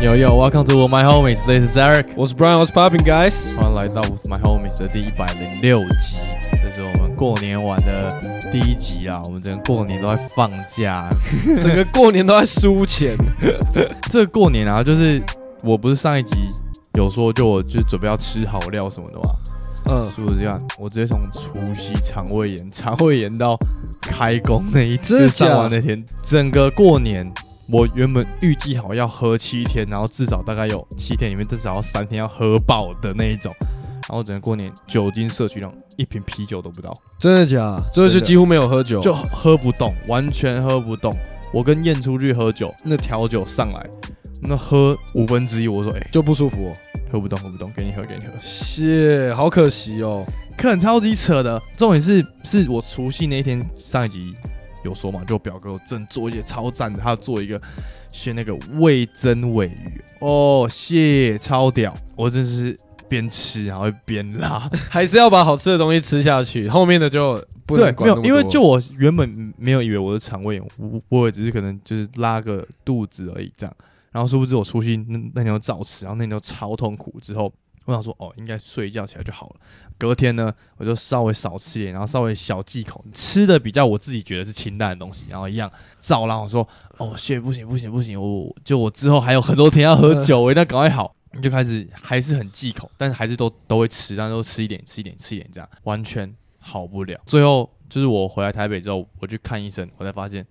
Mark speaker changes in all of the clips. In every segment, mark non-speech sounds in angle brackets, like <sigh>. Speaker 1: Yo, welcome to my homies. This is Eric.
Speaker 2: 我是 Brian，我是 Popping Guys。
Speaker 1: 欢迎来到 With My Homies 的第一百零六集，这是我们过年晚的第一集啊！我们整个过年都在放假，
Speaker 2: 整个过年都在输钱，
Speaker 1: 这过年啊，就是我不是上一集有说，就我就准备要吃好料什么的嘛，
Speaker 2: 嗯，
Speaker 1: 所以我这样，我直接从除夕肠胃炎，肠胃炎到开工那一
Speaker 2: 真
Speaker 1: 次
Speaker 2: 的
Speaker 1: 上
Speaker 2: 假
Speaker 1: 完那天，整个过年。我原本预计好要喝七天，然后至少大概有七天里面至少要三天要喝爆的那一种，然后整个过年酒精摄取量一瓶啤酒都不到，
Speaker 2: 真的假？所以就
Speaker 1: 真的
Speaker 2: 几乎没有喝酒，
Speaker 1: 就喝不动，完全喝不动。我跟燕出去喝酒，那调酒上来，那喝五分之一，我说哎、
Speaker 2: 就不舒服、哦。
Speaker 1: 喝不动，喝不动，给你喝，给你喝。
Speaker 2: 谢，好可惜哦。 <laughs>
Speaker 1: 看超级扯的，重点是是我除夕那一天上一集有说嘛，就我表哥正做一些超赞的，他做一个是那个味增尾鱼，哦，谢超屌，我真是边吃然后边拉，
Speaker 2: 还是要把好吃的东西吃下去，后面的就不
Speaker 1: 对
Speaker 2: 能，
Speaker 1: 没
Speaker 2: 管那
Speaker 1: 有
Speaker 2: 么，多
Speaker 1: 因为就我原本没有以为我的肠胃炎，我我也只是可能就是拉个肚子而已这样，然后殊不知我出去那那天就照吃，然后那天就超痛苦，之后我想说哦，应该睡一觉起来就好了。隔天呢，我就稍微少吃一点，然后稍微小忌口，吃的比较我自己觉得是清淡的东西，然后一样照拉。我说哦，血不行不行不行，我就我之后还有很多天要喝酒，我一定要赶快好。你就开始还是很忌口，但是还是都都会吃，但是都吃一点吃一点吃一点这样，完全好不了。最后就是我回来台北之后，我去看医生，我才发现，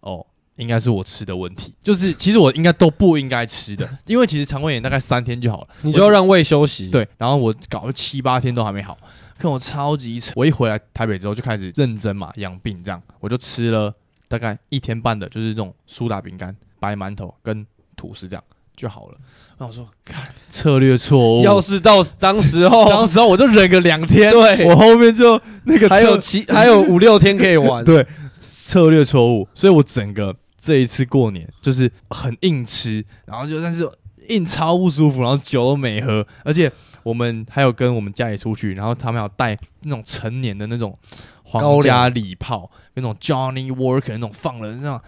Speaker 1: 哦，应该是我吃的问题。就是其实我应该都不应该吃的， <laughs> 因为其实肠胃炎大概三天就好了。
Speaker 2: 你就要让胃休息。，
Speaker 1: 对，然后我搞了七八天都还没好，看我超级扯。我一回来台北之后就开始认真嘛养病，这样我就吃了大概一天半的，就是那种苏打饼干、白馒头跟吐司这样就好了。那我说，看策略错误，
Speaker 2: 要是到当时
Speaker 1: <laughs> 当
Speaker 2: 候，
Speaker 1: 时候我就忍个两天，<laughs>
Speaker 2: 对
Speaker 1: 我后面就那个
Speaker 2: 还有
Speaker 1: 策
Speaker 2: 七还有五六天可
Speaker 1: <laughs>
Speaker 2: 以玩。
Speaker 1: 对策略错误，所以我整个这一次过年就是很硬吃，然后就但是硬超不舒服，然后酒都没喝，而且我们还有跟我们家里出去，然后他们还有带那种成年的那种皇家礼炮，那种 Johnny Walker 那种放了那种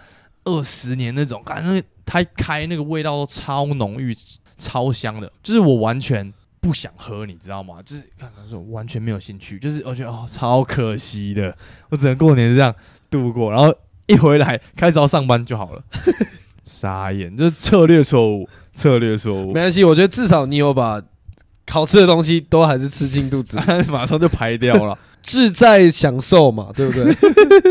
Speaker 1: 呃二十年那种，反正它开那个味道都超浓郁、超香的，就是我完全。不想喝，你知道吗？就是看他说完全没有兴趣，就是我觉得哦，超可惜的。我整个过年是这样度过，然后一回来开始要上班就好了。 <laughs> 傻眼，这是策略错误，策略错误
Speaker 2: 没，关系，我觉得至少你有把好吃的东西都还是吃进
Speaker 1: <laughs>
Speaker 2: 肚子，
Speaker 1: 马上就排掉了，
Speaker 2: 志在享受嘛，对
Speaker 1: <laughs>
Speaker 2: 不对？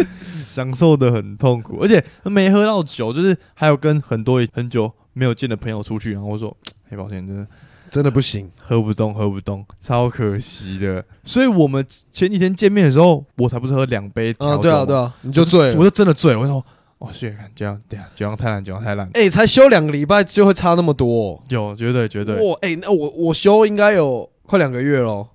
Speaker 1: 享受的很痛苦，而且没喝到酒，就是还有跟很多很久没有见的朋友出去，然后我说，哎，抱歉，真的
Speaker 2: 真的不行，
Speaker 1: 喝不动，喝不动，超可惜的。所以我们前几天见面的时候，我才不是喝两杯调酒
Speaker 2: 啊，
Speaker 1: 吗，
Speaker 2: 对啊，对啊，你就醉
Speaker 1: 我
Speaker 2: 了。
Speaker 1: 就真的醉了，我就说，哦，血看这样，对啊，酒量太烂，酒量太烂，
Speaker 2: 哎、才休两个礼拜就会差那么多、哦，
Speaker 1: 有，绝对绝对。
Speaker 2: 哇，哎、那我我休应该有快两个月咯，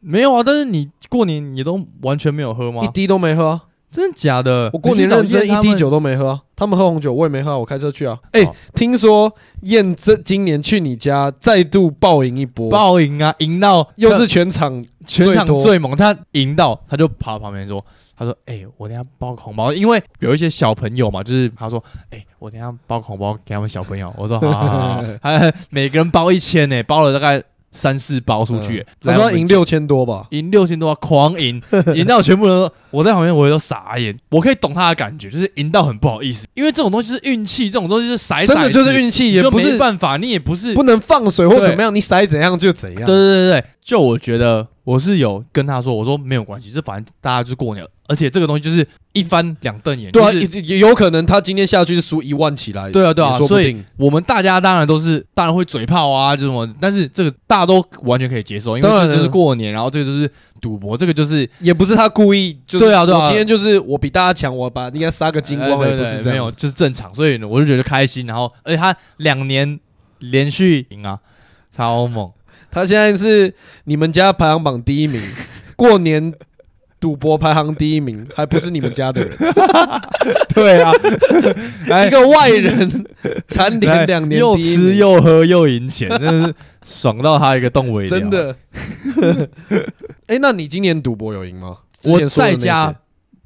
Speaker 1: 没有啊，但是你过年你都完全没有喝吗
Speaker 2: 一？滴都没喝啊、
Speaker 1: 真的假的？
Speaker 2: 我过年认真
Speaker 1: 你去找
Speaker 2: 一
Speaker 1: 燕他
Speaker 2: 滴
Speaker 1: 们，
Speaker 2: 酒都没喝啊、他们喝红酒，我也没喝啊、我开车去啊。哎、
Speaker 1: 好
Speaker 2: 听说燕这今年去你家再度暴赢一波，
Speaker 1: 暴赢啊，赢到
Speaker 2: 又是全场
Speaker 1: 全场
Speaker 2: 最多
Speaker 1: 最猛。他赢到，他就跑到旁边说：“他说，哎、我等一下包个红包，因为有一些小朋友嘛，就是他说，哎、我等一下包个红包给他们小朋友。”我说：“好好好 <laughs> 好。”他每个人包一千呢、包了大概三四包出去、
Speaker 2: 他
Speaker 1: 来
Speaker 2: 说
Speaker 1: 我
Speaker 2: 他
Speaker 1: 们
Speaker 2: 赢
Speaker 1: 家
Speaker 2: 六千多吧，
Speaker 1: 赢六千多，狂赢，
Speaker 2: <laughs>
Speaker 1: 赢到全部人都，我在旁边我也都傻眼。我可以懂他的感觉，就是赢到很不好意思，因为这种东西是运气，这种东西是骰骰
Speaker 2: 真的就是运气，
Speaker 1: 气，
Speaker 2: 也
Speaker 1: 就
Speaker 2: 不
Speaker 1: 没
Speaker 2: 是
Speaker 1: 办法，你也不是。
Speaker 2: 不能放水或怎么样，你甩怎样就怎样
Speaker 1: 对。对对对，就我觉得我是有跟他说，我说没有关系，这反正大家就过年了，而且这个东西就是一翻两瞪眼，
Speaker 2: 对啊，
Speaker 1: 就是
Speaker 2: 也也有可能他今天下去是输一万起来，
Speaker 1: 对啊对
Speaker 2: 也
Speaker 1: 啊，
Speaker 2: 说不
Speaker 1: 所以
Speaker 2: 定。
Speaker 1: 我们大家当然都是当然会嘴炮啊，就是什么，但是这个大家都完全可以接受，因为
Speaker 2: 当然
Speaker 1: 这就是
Speaker 2: 了
Speaker 1: 过年，然后这个就是赌博，这个就是
Speaker 2: 也不是他故意，就是
Speaker 1: 对啊对啊
Speaker 2: 我今天就是我比大家强，我把应该杀个精光，
Speaker 1: 呃对
Speaker 2: 也不
Speaker 1: 对
Speaker 2: 是
Speaker 1: 对
Speaker 2: 这
Speaker 1: 没
Speaker 2: 样
Speaker 1: 有，
Speaker 2: 子。
Speaker 1: 就是正常，所以呢，我就觉得开心。然后，而且他两年连续赢啊，超猛！
Speaker 2: 他现在是你们家排行榜第一名，过年赌博排行第一名，还不是你们家
Speaker 1: <laughs>
Speaker 2: 的人，
Speaker 1: <laughs> 对 <laughs> 啊，
Speaker 2: 一个外人蝉联两
Speaker 1: 哎
Speaker 2: 年
Speaker 1: 又
Speaker 2: 第一名
Speaker 1: 吃又喝又赢钱，真的是爽到他一个动尾。
Speaker 2: 真，的。 <laughs> 哎，那你今年赌博有赢吗？之
Speaker 1: 我
Speaker 2: 前说的
Speaker 1: 在
Speaker 2: 那些
Speaker 1: 家，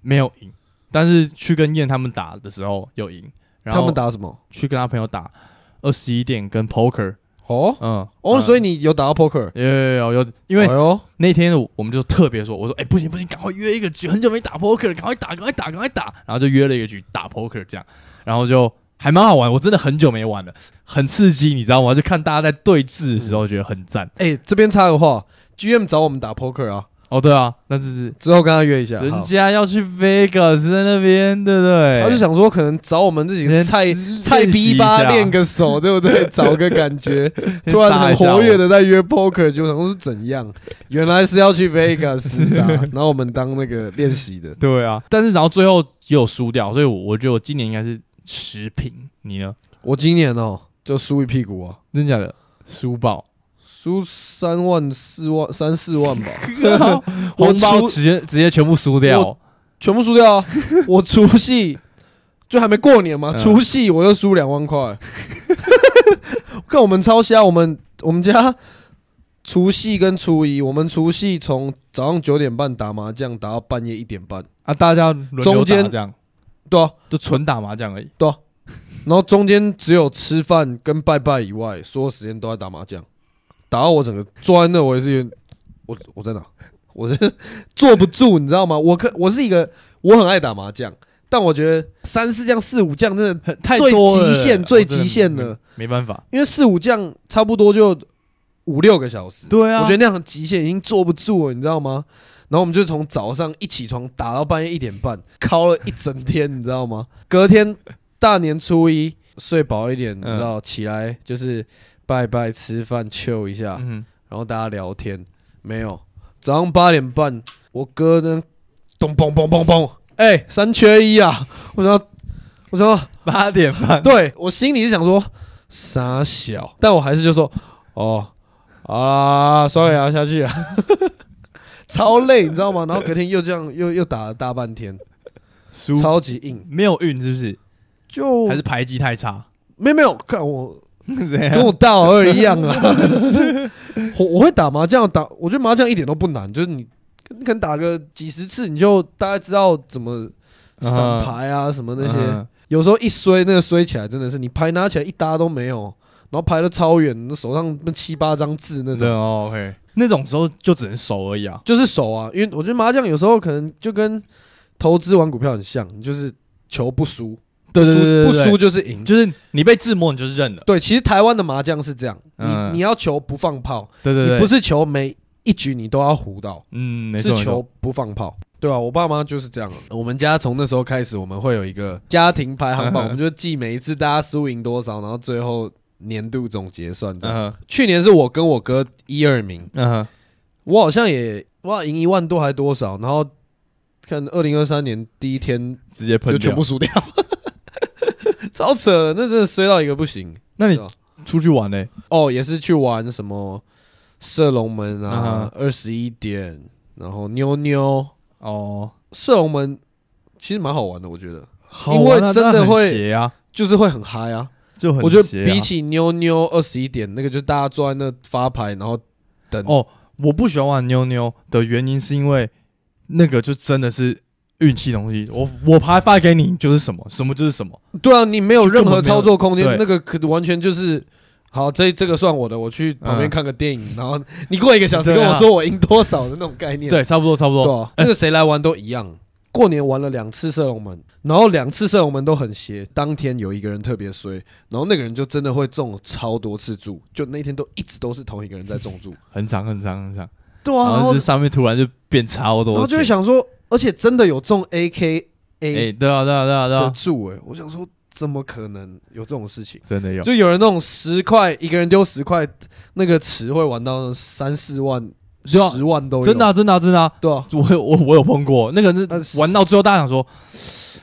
Speaker 1: 没有赢，但是去跟燕他们打的时候有赢，然
Speaker 2: 他
Speaker 1: 后
Speaker 2: 们打什么？
Speaker 1: 去跟他朋友打。二十一点跟 poker，
Speaker 2: 哦
Speaker 1: 嗯，
Speaker 2: 哦，
Speaker 1: 嗯
Speaker 2: 所以你有打到 poker，
Speaker 1: 有有有有，因为
Speaker 2: 哎呦，
Speaker 1: 那天我我们就特别说，我说哎、不行不行，赶快约一个局，很久没打 poker，了赶快打赶快打赶快打，然后就约了一个局打 poker 这样，然后就还蛮好玩，我真的很久没玩了，很刺激，你知道吗？就看大家在对峙的时候，觉得很赞。
Speaker 2: 哎，这边插个话，GM 找我们打 poker 啊，
Speaker 1: 哦，对啊，那是
Speaker 2: 之后跟他约一下，
Speaker 1: 人
Speaker 2: 好
Speaker 1: 家要去 Vegas 在那边，对不对？
Speaker 2: 啊他就想说可能找我们这几个
Speaker 1: 先
Speaker 2: 菜
Speaker 1: 练
Speaker 2: 菜逼
Speaker 1: 习一
Speaker 2: 吧
Speaker 1: 下
Speaker 2: 练个手，对不
Speaker 1: <laughs>
Speaker 2: 对？找个感觉，
Speaker 1: 先
Speaker 2: 突然
Speaker 1: 杀
Speaker 2: 很
Speaker 1: 一下
Speaker 2: 活
Speaker 1: 我
Speaker 2: 跃的在约 poker，就想说是怎样？原来是要去
Speaker 1: <laughs>
Speaker 2: Vegas 杀，然后我们当那个练习的。
Speaker 1: 对啊，但是然后最后也有输掉，所以我我觉得我今年应该是持平。你呢？
Speaker 2: 我今年哦就输一屁股啊，
Speaker 1: 真假的？ <laughs> 输爆，
Speaker 2: 输三万四万三四万吧，我
Speaker 1: 红包
Speaker 2: 出
Speaker 1: 直接直接全部输掉
Speaker 2: 我。全部输掉啊！我除夕就还没过年嘛，
Speaker 1: 嗯
Speaker 2: 除夕我就输两万块。看我们超瞎，我们我们家除夕跟初一，我们除夕从早上九点半打麻将打到半夜一点半，
Speaker 1: 啊！大家轮流
Speaker 2: 中
Speaker 1: 打
Speaker 2: 间
Speaker 1: 这样，
Speaker 2: 对啊，
Speaker 1: 就纯打麻将而已。
Speaker 2: 然后中间只有吃饭跟拜拜以外，所有时间都在打麻将，打到我整个坐在那，我也是有点，我我在哪？我是坐不住，你知道吗？我可我是一个我很爱打麻将，但我觉得三四将、四五将真的
Speaker 1: 太
Speaker 2: 最
Speaker 1: 多了欸
Speaker 2: 极限
Speaker 1: 我
Speaker 2: 最
Speaker 1: 真的
Speaker 2: 极限
Speaker 1: 没
Speaker 2: 了，
Speaker 1: 没办法。
Speaker 2: 因为四五将差不多就五六个小时，
Speaker 1: 对啊，
Speaker 2: 我觉得那样很极限已经坐不住了，你知道吗？然后我们就从早上一起床打到半夜一点半，敲了一整天，你知道吗？隔天大年初一睡饱一点，
Speaker 1: 嗯
Speaker 2: 你知道，起来就是拜拜、吃饭、chill 一下，
Speaker 1: 嗯
Speaker 2: 然后大家聊天。没有，早上八点半，我哥呢，咚嘣嘣嘣嘣，哎，三缺一啊！我想要，我想要，
Speaker 1: 哼，八点半
Speaker 2: 对我心里是想说傻小，但我还是就说哦啊，sorry 啊，下去啊， <laughs> 超累，你知道吗？然后隔天又这样又又打了大半天，
Speaker 1: 输，
Speaker 2: 超级硬，
Speaker 1: 没有运是不是？
Speaker 2: 就
Speaker 1: 还是牌技太差？
Speaker 2: 没有没有，看我
Speaker 1: <laughs> 怎
Speaker 2: 跟
Speaker 1: 样？
Speaker 2: 我大老二一样
Speaker 1: <laughs>
Speaker 2: 啊，我我会打麻将，打我觉得麻将一点都不难，就是你你可能打个几十次，你就大概知道怎么
Speaker 1: 啊
Speaker 2: 赏牌啊什么那些。
Speaker 1: 嗯
Speaker 2: 有时候一摔，那个摔起来真的是你牌拿起来一搭都没有，然后牌都超远，手上那七八张字那
Speaker 1: 真的
Speaker 2: 种，
Speaker 1: 哦，OK，那种时候就只能守而已啊。
Speaker 2: 就是手啊。因为我觉得麻将有时候可能就跟投资玩股票很像，你就是求不输，
Speaker 1: 对对
Speaker 2: 输
Speaker 1: 对对对
Speaker 2: 不输就是赢。
Speaker 1: 就是你被自摸，你就认了。
Speaker 2: 对，其实台湾的麻将是这样，你
Speaker 1: 嗯
Speaker 2: 你要求不放炮，
Speaker 1: 对对
Speaker 2: 你
Speaker 1: 对，
Speaker 2: 不是求每一局你都要胡到，
Speaker 1: 嗯，没
Speaker 2: 是
Speaker 1: 错，没错
Speaker 2: 求不放炮。对啊，我爸妈就是这样。我们家从那时候开始，我们会有一个家庭排
Speaker 1: <laughs>
Speaker 2: 行榜，我们就记每一次大家输赢多少，然后最后年度总结算账。
Speaker 1: 嗯哼
Speaker 2: 去年是我跟我哥一二名，
Speaker 1: 嗯哼，
Speaker 2: 我好像也哇赢一万多还多少，然后看二零二三年第一天
Speaker 1: 直接喷
Speaker 2: 就全
Speaker 1: 掉
Speaker 2: 部。输掉， <laughs> 超扯，那真的衰到一个不行。
Speaker 1: 那你
Speaker 2: 对啊
Speaker 1: 出去玩嘞？
Speaker 2: 哦，也是去玩什么射龙门啊
Speaker 1: 啊，
Speaker 2: 二十一点，然后妞妞
Speaker 1: 哦，
Speaker 2: 射龙门，其实蛮好玩的，我觉得
Speaker 1: 好
Speaker 2: 因为
Speaker 1: 玩啊
Speaker 2: 真的
Speaker 1: 但很
Speaker 2: 会
Speaker 1: 邪啊，
Speaker 2: 就是会很嗨啊。
Speaker 1: 就很
Speaker 2: 我觉得
Speaker 1: 邪啊
Speaker 2: 比起妞妞二十一点那个，就是大家坐在那发牌，然后等
Speaker 1: 哦，我不喜欢玩妞妞的原因是因为那个就真的是运气东西。我
Speaker 2: 嗯
Speaker 1: 我牌发给你就是什么，什么就是什么。
Speaker 2: 对啊，你没有任何操作空
Speaker 1: 就
Speaker 2: 间，
Speaker 1: 根
Speaker 2: 那
Speaker 1: 本
Speaker 2: 个可完全就是。好，这这个算我的，我去旁边
Speaker 1: 嗯
Speaker 2: 看个电影，然后你过一个小时
Speaker 1: 对啊
Speaker 2: 跟我说我赢多少的那种概念。
Speaker 1: 对，差不多差不
Speaker 2: 对
Speaker 1: 多。
Speaker 2: 啊，那个谁来玩都一样。过年玩了两次射龙门，然后两次射龙门都很邪。当天有一个人特别衰，然后那个人就真的会中超多次注，就那天都一直都是同一个人在中注。
Speaker 1: 很长很长很长，
Speaker 2: 对啊
Speaker 1: 然
Speaker 2: 然
Speaker 1: 啊
Speaker 2: 后
Speaker 1: 后就上面突然就变超多钱，
Speaker 2: 然后就会想说，而且真的有中 AKA
Speaker 1: 哎，对啊对啊对啊对
Speaker 2: 的
Speaker 1: 啊，
Speaker 2: 注哎、我想说怎么可能有这种事情？
Speaker 1: 真的有。
Speaker 2: 就有人那种十块一个人丢十块，那个池会玩到三四万、
Speaker 1: 对啊
Speaker 2: 十万都有，
Speaker 1: 真的啊、真的啊、真的啊、
Speaker 2: 对啊，
Speaker 1: 我有我我有碰过，那个
Speaker 2: 呃
Speaker 1: 是玩到最后，大家想说，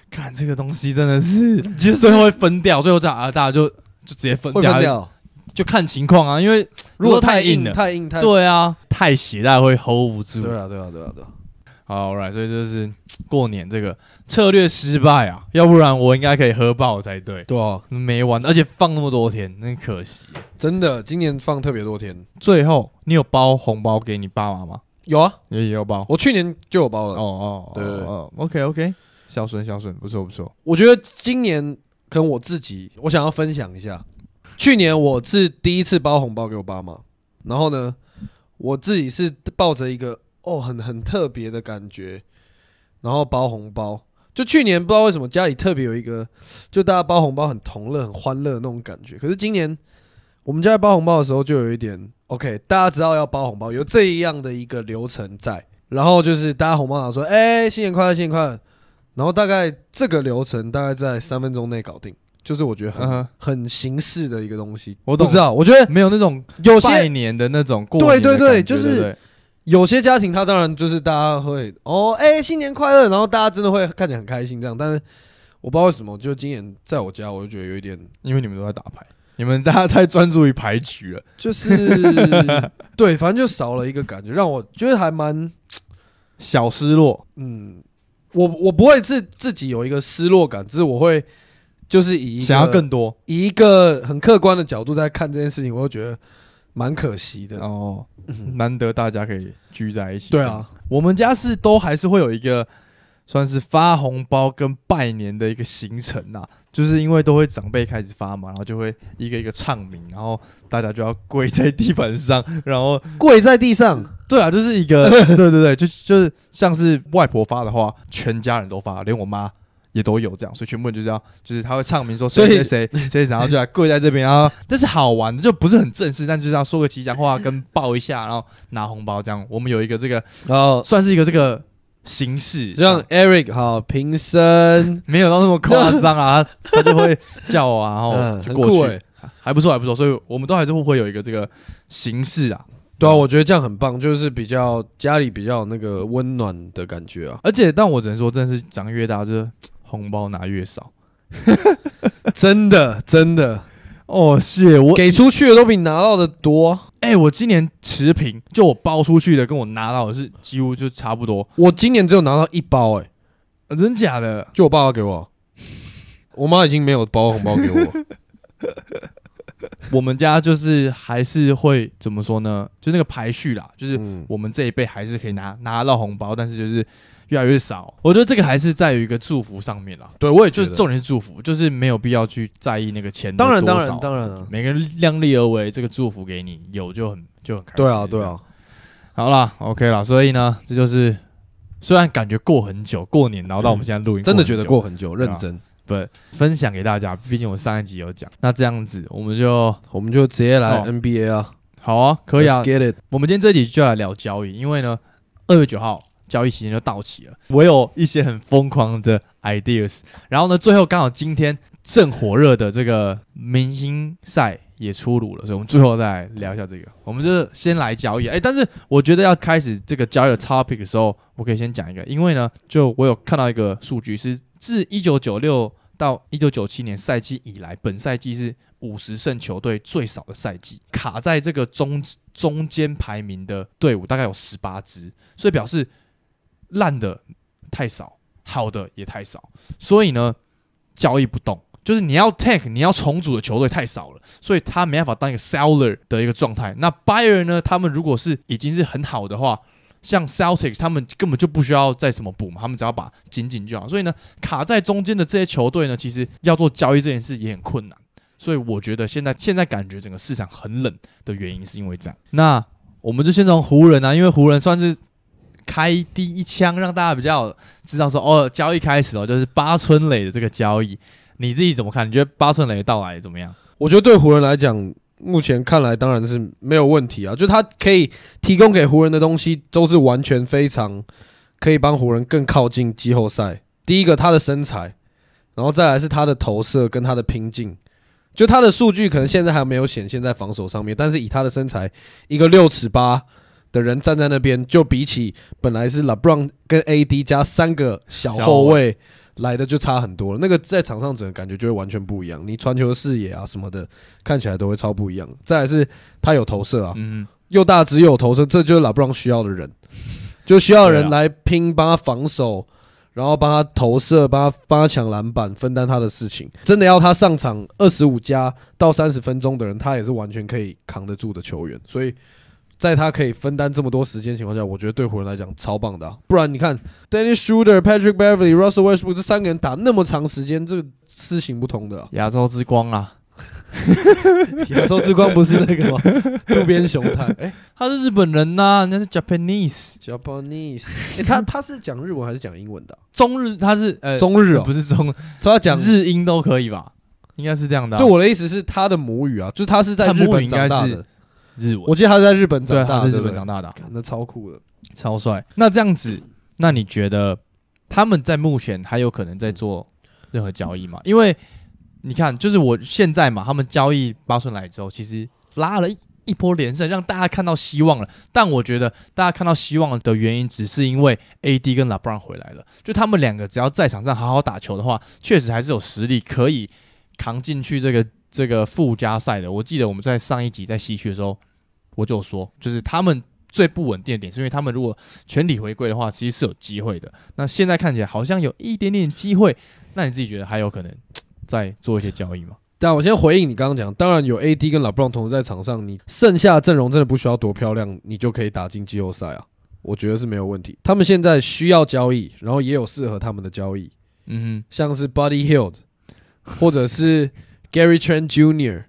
Speaker 1: 看这个东西真的是，其实最后会分掉，最后大家大家就就直接分
Speaker 2: 会分，掉。
Speaker 1: 就看情况啊，因为如果太硬了，
Speaker 2: 太硬太
Speaker 1: 对啊，太血大家会 hold 不住。
Speaker 2: 对啊对啊对啊对啊，
Speaker 1: 好，right，所以就是过年这个策略失败啊，要不然我应该可以喝爆才对，
Speaker 2: 对啊，
Speaker 1: 没玩，而且放那么多天，真可惜。
Speaker 2: 真的，今年放特别多天。
Speaker 1: 最后，你有包红包给你爸妈吗？
Speaker 2: 有啊，
Speaker 1: 也也有包。
Speaker 2: 我去年就有包
Speaker 1: 哦
Speaker 2: 了。
Speaker 1: 哦，
Speaker 2: 对对对
Speaker 1: 哦，OK OK，孝顺孝顺，不错不错。
Speaker 2: 我觉得今年跟我自己，我想要分享一下，去年我是第一次包红包给我爸妈，然后呢，我自己是抱着一个哦很很特别的感觉，然后包红包。就去年不知道为什么家里特别有一个，就大家包红包很同乐、很欢乐的那种感觉。可是今年我们家在包红包的时候，就有一点 OK，大家知道要包红包，有这样的一个流程在。然后就是大家红包拿说：“哎、新年快乐，新年快乐。”然后大概这个流程大概在三分钟内搞定，就是我觉得很
Speaker 1: 嗯哼，
Speaker 2: 很形式的一个东西，
Speaker 1: 我
Speaker 2: 不
Speaker 1: 懂
Speaker 2: 知道。我觉得
Speaker 1: 没有那种
Speaker 2: <laughs> 有
Speaker 1: 拜
Speaker 2: 些
Speaker 1: 年的那种过
Speaker 2: 对
Speaker 1: 年的
Speaker 2: 对对
Speaker 1: 感觉
Speaker 2: 就是
Speaker 1: 对不对
Speaker 2: 有些家庭，他当然就是大家会哦，哎、新年快乐，然后大家真的会看起来很开心这样。但是我不知道为什么，就今年在我家，我就觉得有一点，
Speaker 1: 因为你们都在打牌，你们大家太专注于牌局了。
Speaker 2: 就是对，反正就少了一个感觉，让我觉得还蛮
Speaker 1: 小失落，
Speaker 2: 嗯，我我不会自自己有一个失落感，只是我会就是以一个
Speaker 1: 想要更多
Speaker 2: 以一个很客观的角度在看这件事情，我会觉得蛮可惜的。
Speaker 1: 哦，难得大家可以聚在一起。
Speaker 2: 嗯对，啊，
Speaker 1: 我们家是都还是会有一个算是发红包跟拜年的一个行程呐、就是因为都会长辈开始发嘛，然后就会一个一个唱名，然后大家就要跪在地板上，然后
Speaker 2: 跪在地上，
Speaker 1: 对啊，就是一
Speaker 2: <laughs>
Speaker 1: 个对对对，就就是像是外婆发的话，全家人都发，连我妈。也都有这样，所以全部人就是要，就是他会唱名说谁
Speaker 2: 所
Speaker 1: 谁
Speaker 2: 以
Speaker 1: 谁谁谁，然后就来跪在这边，然后但是好玩的，就不是很正式，但就是要说个吉祥话跟抱一下，然后拿红包这样。我们有一个这个
Speaker 2: 然后
Speaker 1: 算是一个这个形式，
Speaker 2: 就像 Eric 好平身，
Speaker 1: 没有到那么夸张啊，他就会叫我
Speaker 2: <laughs>
Speaker 1: 啊，然
Speaker 2: 嗯，
Speaker 1: 后
Speaker 2: 很
Speaker 1: 就
Speaker 2: 酷
Speaker 1: 过去，
Speaker 2: 欸
Speaker 1: 还不错，还不错，所以我们都还是会有一个这个形式啊，
Speaker 2: 对啊，我觉得这样很棒，就是比较家里比较有那个温暖的感觉啊
Speaker 1: <laughs> ，而且但我只能说，真的是长越大，就是红包拿越少。
Speaker 2: 真的真的，
Speaker 1: 哦，谢我
Speaker 2: 给出去的都比拿到的多。啊
Speaker 1: 哎、我今年持平，就我包出去的跟我拿到的是几乎就差不多，
Speaker 2: 我今年只有拿到一包，哎，
Speaker 1: 呃真假的？
Speaker 2: 就我爸爸给我，我妈已经没有包红包
Speaker 1: <laughs>
Speaker 2: 给我，
Speaker 1: 我们家就是还是会怎么说呢？就那个排序啦，就是
Speaker 2: 嗯，
Speaker 1: 我们这一辈还是可以拿拿到红包，但是就是越来越少。我觉得这个还是在于一个祝福上面啦，
Speaker 2: 对，我也
Speaker 1: 就
Speaker 2: 觉
Speaker 1: 是
Speaker 2: 得，
Speaker 1: 重点是祝福，就是没有必要去在意那个钱的
Speaker 2: 当然
Speaker 1: 多
Speaker 2: 当
Speaker 1: 少
Speaker 2: 然当然啊，
Speaker 1: 每个人量力而为，这个祝福给你有就很就很开心。
Speaker 2: 对啊对
Speaker 1: 这样
Speaker 2: 啊，，
Speaker 1: 好啦，OK 啦，所以呢，这就是虽然感觉过很久，过年然后到我们现在录音，
Speaker 2: 真的觉得
Speaker 1: 过
Speaker 2: 过很久，认真，
Speaker 1: 很久，不分享给大家，毕竟我上一集有讲。那这样子我们就
Speaker 2: 我们就直接来
Speaker 1: 哦
Speaker 2: NBA 啊，
Speaker 1: 好啊，可以啊
Speaker 2: Let's，，get it，
Speaker 1: 我们今天这集就来聊交易，因为呢，二月九号交易期间就到期了。我有一些很疯狂的 ideas，然后呢，最后刚好今天正火热的这个明星赛也出炉了，所以我们最后再来聊一下这个。我们就是先来交易，哎、但是我觉得要开始这个交易的 topic 的时候，我可以先讲一个，因为呢，就我有看到一个数据是自一九九六。到一九九七年赛季以来，本赛季是五十胜球队最少的赛季，卡在这个中中间排名的队伍大概有十八支，所以表示烂的太少，好的也太少，所以呢，交易不动，就是你要 tank，你要重组的球队太少了，所以他没办法当一个 seller 的一个状态。那 buyer 呢，他们如果是已经是很好的话，像 Celtics 他们根本就不需要再什么补嘛，他们只要把紧紧就好。所以呢，卡在中间的这些球队呢，其实要做交易这件事也很困难。所以我觉得现在现在感觉整个市场很冷的原因是因为这样。那我们就先从湖人啊，因为湖人算是开第一枪，让大家比较知道说哦，交易开始哦，就是八村垒的这个交易，你自己怎么看？你觉得八村垒的到来怎么样？
Speaker 2: 我觉得对湖人来讲，目前看来当然是没有问题啊，就他可以提供给湖人的东西都是完全非常可以帮湖人更靠近季后赛。第一个，他的身材，然后再来是他的投射跟他的拼劲。就他的数据可能现在还没有显现在防守上面，但是以他的身材，一个六尺八的人站在那边，就比起本来是 LeBron 跟 AD 加三个小后卫来的就差很多了。那个在场上整个感觉就会完全不一样，你传球的视野啊什么的，看起来都会超不一样。再来是他有投射啊，
Speaker 1: 嗯，
Speaker 2: 又大只又有投身，这就是 LeBron 需要的
Speaker 1: <laughs>
Speaker 2: 人，就需要人
Speaker 1: 对啊
Speaker 2: 来拼，帮他防守，然后帮他投射，帮他帮他抢篮板，分担他的事情。真的要他上场二十五加到三十分钟的人，他也是完全可以扛得住的球员。所以在他可以分担这么多时间的情况下，我觉得对湖人来讲超棒的啊、不然你看 Dennis Schroder、Patrick Beverly、Russell
Speaker 1: <laughs>
Speaker 2: Westbrook 这三个人打那么长时间，这个是行不通的啊、
Speaker 1: 亚洲之光啊，
Speaker 2: 亚洲之光不是那个 <laughs> 吗？渡边雄太，哎、
Speaker 1: 他是日本人呐、人家是 Japanese，
Speaker 2: j a p a n e <laughs> s e 哎、他他是讲日文还是讲英文的啊、
Speaker 1: 中日他是呃
Speaker 2: 中日哦、
Speaker 1: 不是中
Speaker 2: 他讲
Speaker 1: 日英都可以吧？应该是这样的啊、
Speaker 2: 对我的意思是他的母语啊，就是他是在
Speaker 1: 他母
Speaker 2: 日
Speaker 1: 语
Speaker 2: 本
Speaker 1: 应该
Speaker 2: 长大
Speaker 1: 是
Speaker 2: 的，
Speaker 1: 日文，
Speaker 2: 我记得他是在日本
Speaker 1: 对
Speaker 2: 长大
Speaker 1: 他是
Speaker 2: 的，
Speaker 1: 日
Speaker 2: 对不
Speaker 1: 本
Speaker 2: 对
Speaker 1: 长大的啊、
Speaker 2: 看那超酷的。
Speaker 1: 超帅。那这样子，那你觉得他们在目前还有可能在做任何交易吗？因为你看，就是我现在嘛，他们交易巴顺来之后，其实拉了一一波连胜，让大家看到希望了。但我觉得大家看到希望的原因，只是因为 AD 跟 LeBron 回来了。就他们两个只要在场上好好打球的话，确实还是有实力可以扛进去这个这个附加赛的。我记得我们在上一集在西区的时候，我就有说，就是他们最不稳定的点，是因为他们如果全体回归的话，其实是有机会的。那现在看起来好像有一点点机会，那你自己觉得还有可能再做一些交易吗？
Speaker 2: 但我先回应你刚刚讲，当然有 AD 跟 LeBron 同时在场上，你剩下的阵容真的不需要多漂亮，你就可以打进季后赛啊，我觉得是没有问题。他们现在需要交易，然后也有适合他们的交易，
Speaker 1: 嗯
Speaker 2: 像是 Buddy Hield，或者是 Gary Trent Jr.，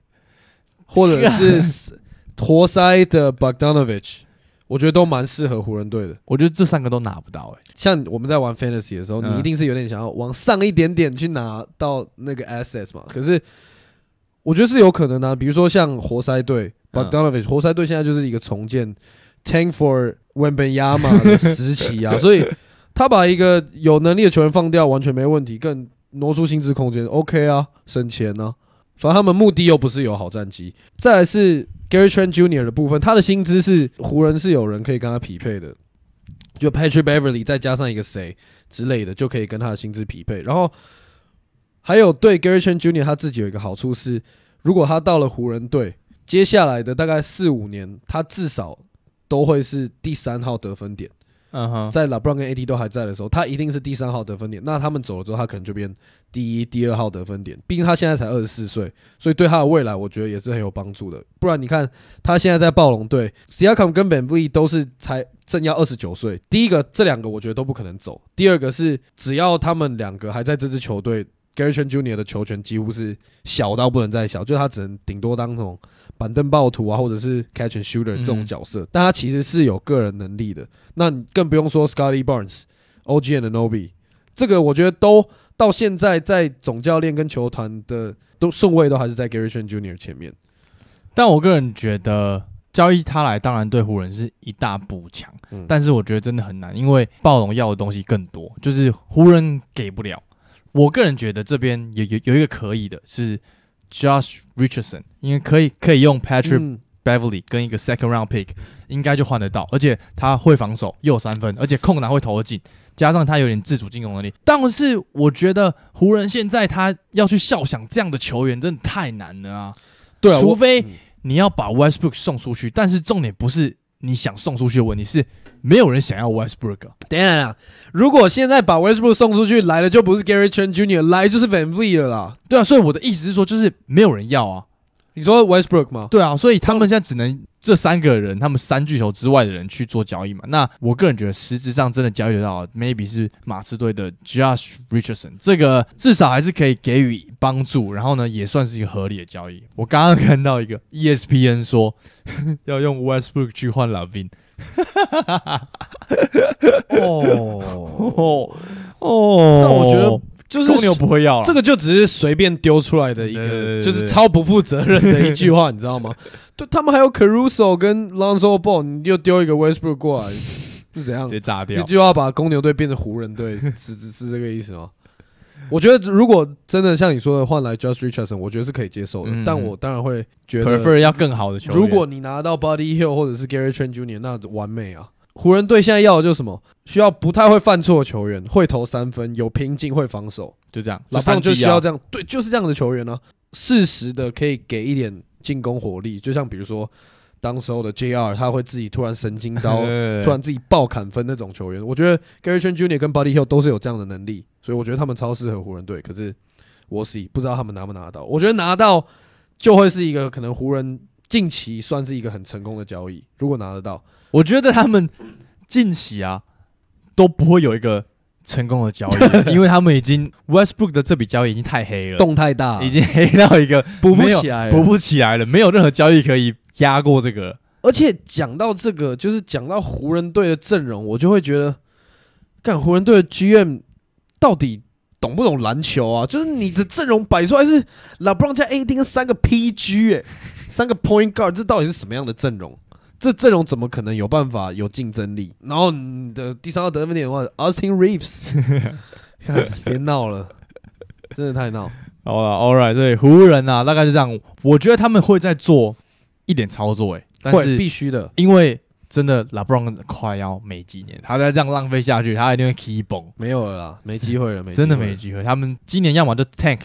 Speaker 2: 或者是活塞的 Bogdanovich，我觉得都蛮适合湖人队的。
Speaker 1: 我觉得这三个都拿不到、欸，
Speaker 2: 像我们在玩 fantasy 的时候，
Speaker 1: 嗯
Speaker 2: 你一定是有点想要往上一点点去拿到那个 assets 嘛。可是我觉得是有可能的、啊，比如说像活塞队
Speaker 1: 嗯
Speaker 2: Bogdanovich，、活塞队现在就是一个重建 tank for w e m b y a m a 的时期啊，所以他把一个有能力的球员放掉完全没问题，更挪出薪资空间，OK 啊，省钱啊。反正他们目的又不是有好战绩，再来是 Gary Trent Jr. 的部分，他的薪资是湖人是有人可以跟他匹配的，就 Patrick Beverly 再加上一个谁之类的，就可以跟他的薪资匹配。然后还有对 Gary Trent Jr. 他自己有一个好处是，如果他到了湖人队，接下来的大概四五年，他至少都会是第三号得分点。
Speaker 1: 嗯哼，
Speaker 2: 在 LeBron 跟 AD 都还在的时候，他一定是第三号得分点。那他们走了之后，他可能就变第一、第二号得分点。毕竟他现在才二十四岁，所以对他的未来，我觉得也是很有帮助的。不然你看，他现在在暴龙队 s i a k a m 跟 Van v l e 都是才正要二十九岁。第一个，这两个我觉得都不可能走；第二个是，只要他们两个还在这支球队。Gary Trent Jr. 的球权几乎是小到不能再小，就他只能顶多当那种板凳暴徒啊，或者是 catch and shooter 这种
Speaker 1: 嗯
Speaker 2: 角色。但他其实是有个人能力的，那你更不用说 Scotty Barnes、OG and Nobi，这个我觉得都到现在在总教练跟球团的都顺位都还是在 Gary Trent Jr. 前面。
Speaker 1: 但我个人觉得交易他来，当然对湖人是一大补强，
Speaker 2: 嗯
Speaker 1: 但是我觉得真的很难，因为暴龙要的东西更多，就是湖人给不了。我个人觉得这边有有有一个可以的是 Josh Richardson，因为可以可以用 Patrick、
Speaker 2: 嗯
Speaker 1: Beverly 跟一个 second round pick 应该就换得到，而且他会防守，又有三分，而且空档会投得进，加上他有点自主进攻能力。但是我觉得湖人现在他要去效想这样的球员，真的太难了啊！
Speaker 2: 对啊，
Speaker 1: 除
Speaker 2: 我
Speaker 1: 非
Speaker 2: 嗯
Speaker 1: 你要把 Westbrook 送出去，但是重点不是你想送出去的问题，是没有人想要 Westbrook 啊、
Speaker 2: 等一下啊，如果现在把 Westbrook 送出去，来的就不是 Gary Trent Jr.，来就是 Van Vliet 了啦。
Speaker 1: 对啊，所以我的意思是说，就是没有人要啊。
Speaker 2: 你说 Westbrook 吗？
Speaker 1: 对啊，所以他们现在只能这三个人，他们三巨头之外的人去做交易嘛。那我个人觉得，实质上真的交易得到的，maybe 是马刺队的 Josh Richardson，这个至少还是可以给予帮助，然后呢，也算是一个合理的交易。我刚刚看到一个 E ESPN 说 <laughs> 要用 Westbrook 去换 Lavin，
Speaker 2: 哦，
Speaker 1: <laughs> 哦哦，
Speaker 2: 但我觉得就是
Speaker 1: 公牛不会要了，
Speaker 2: 这个就只是随便丢出来的一
Speaker 1: 啊对对
Speaker 2: 个，
Speaker 1: 对对
Speaker 2: 就是超不负责任的一句话，你知道吗？
Speaker 1: <laughs>
Speaker 2: 对他们还有 Caruso 跟 Lonzo Ball，你又丢一个 Westbrook
Speaker 1: <laughs>
Speaker 2: 过来，是怎样
Speaker 1: 直？接炸
Speaker 2: 你
Speaker 1: 掉。
Speaker 2: 就要把公牛队变成湖人队，是是是是这个意思吗？我觉得如果真的像你说的换来 Just Richardson，我觉得是可以接受的，
Speaker 1: 嗯
Speaker 2: 但我当然会觉得
Speaker 1: prefer 要更好的球员，
Speaker 2: 如果你拿到 Buddy Hill 或者是 Gary Trent Jr.，那完美啊！湖人队现在要的就是什么？需要不太会犯错的球员，会投三分，有拼劲，会防守。
Speaker 1: 就这样，
Speaker 2: 老
Speaker 1: 三
Speaker 2: 棒就
Speaker 1: D
Speaker 2: 需
Speaker 1: 啊，
Speaker 2: 要这样，对，就是这样的球员呢、啊适时的可以给一点进攻火力，就像比如说当时候的 JR，他会自己突然神经刀
Speaker 1: <laughs> 对
Speaker 2: 突然自己爆砍分那种球员。我觉得 Gary Trent Jr. 跟 Buddy Hill 都是有这样的能力，所以我觉得他们超适合湖人队。可是我 see 不知道他们拿不拿得到，我觉得拿到就会是一个可能湖人近期算是一个很成功的交易，如果拿得到。
Speaker 1: 我觉得他们近期啊都不会有一个成功的交 <laughs> 易，因为他们已经 Westbrook 的这笔交易已经太黑了，
Speaker 2: 洞太大，啊
Speaker 1: 已经黑到一个
Speaker 2: 补不
Speaker 1: 没有
Speaker 2: 起来了，
Speaker 1: 补不起来了，没有任何交易可以压过这个了。
Speaker 2: 而且讲到这个，就是讲到湖人队的阵容，我就会觉得，干湖人队的 GM 到底懂不懂篮球啊？就是你的阵容摆出来是 LeBron 加 AD 跟三个 PG，哎、三个 Point Guard，这到底是什么样的阵容？这阵容怎么可能有办法有竞争力？然后你的第三个得分点的话，Austin Reeves，看
Speaker 1: <laughs>
Speaker 2: 别闹了，真的太闹。
Speaker 1: 好了，All right，对湖人啊，大概是这样。我觉得他们会在做一点操作、欸，哎，但
Speaker 2: 会
Speaker 1: 是
Speaker 2: 必须的，
Speaker 1: 因为真的 LeBron 快要没几年，他再这样浪费下去，他一定会 key 崩，
Speaker 2: 没有了啦，没机会了，没
Speaker 1: 真的
Speaker 2: 机会
Speaker 1: 没
Speaker 2: 了
Speaker 1: 机会。他们今年要么就 tank，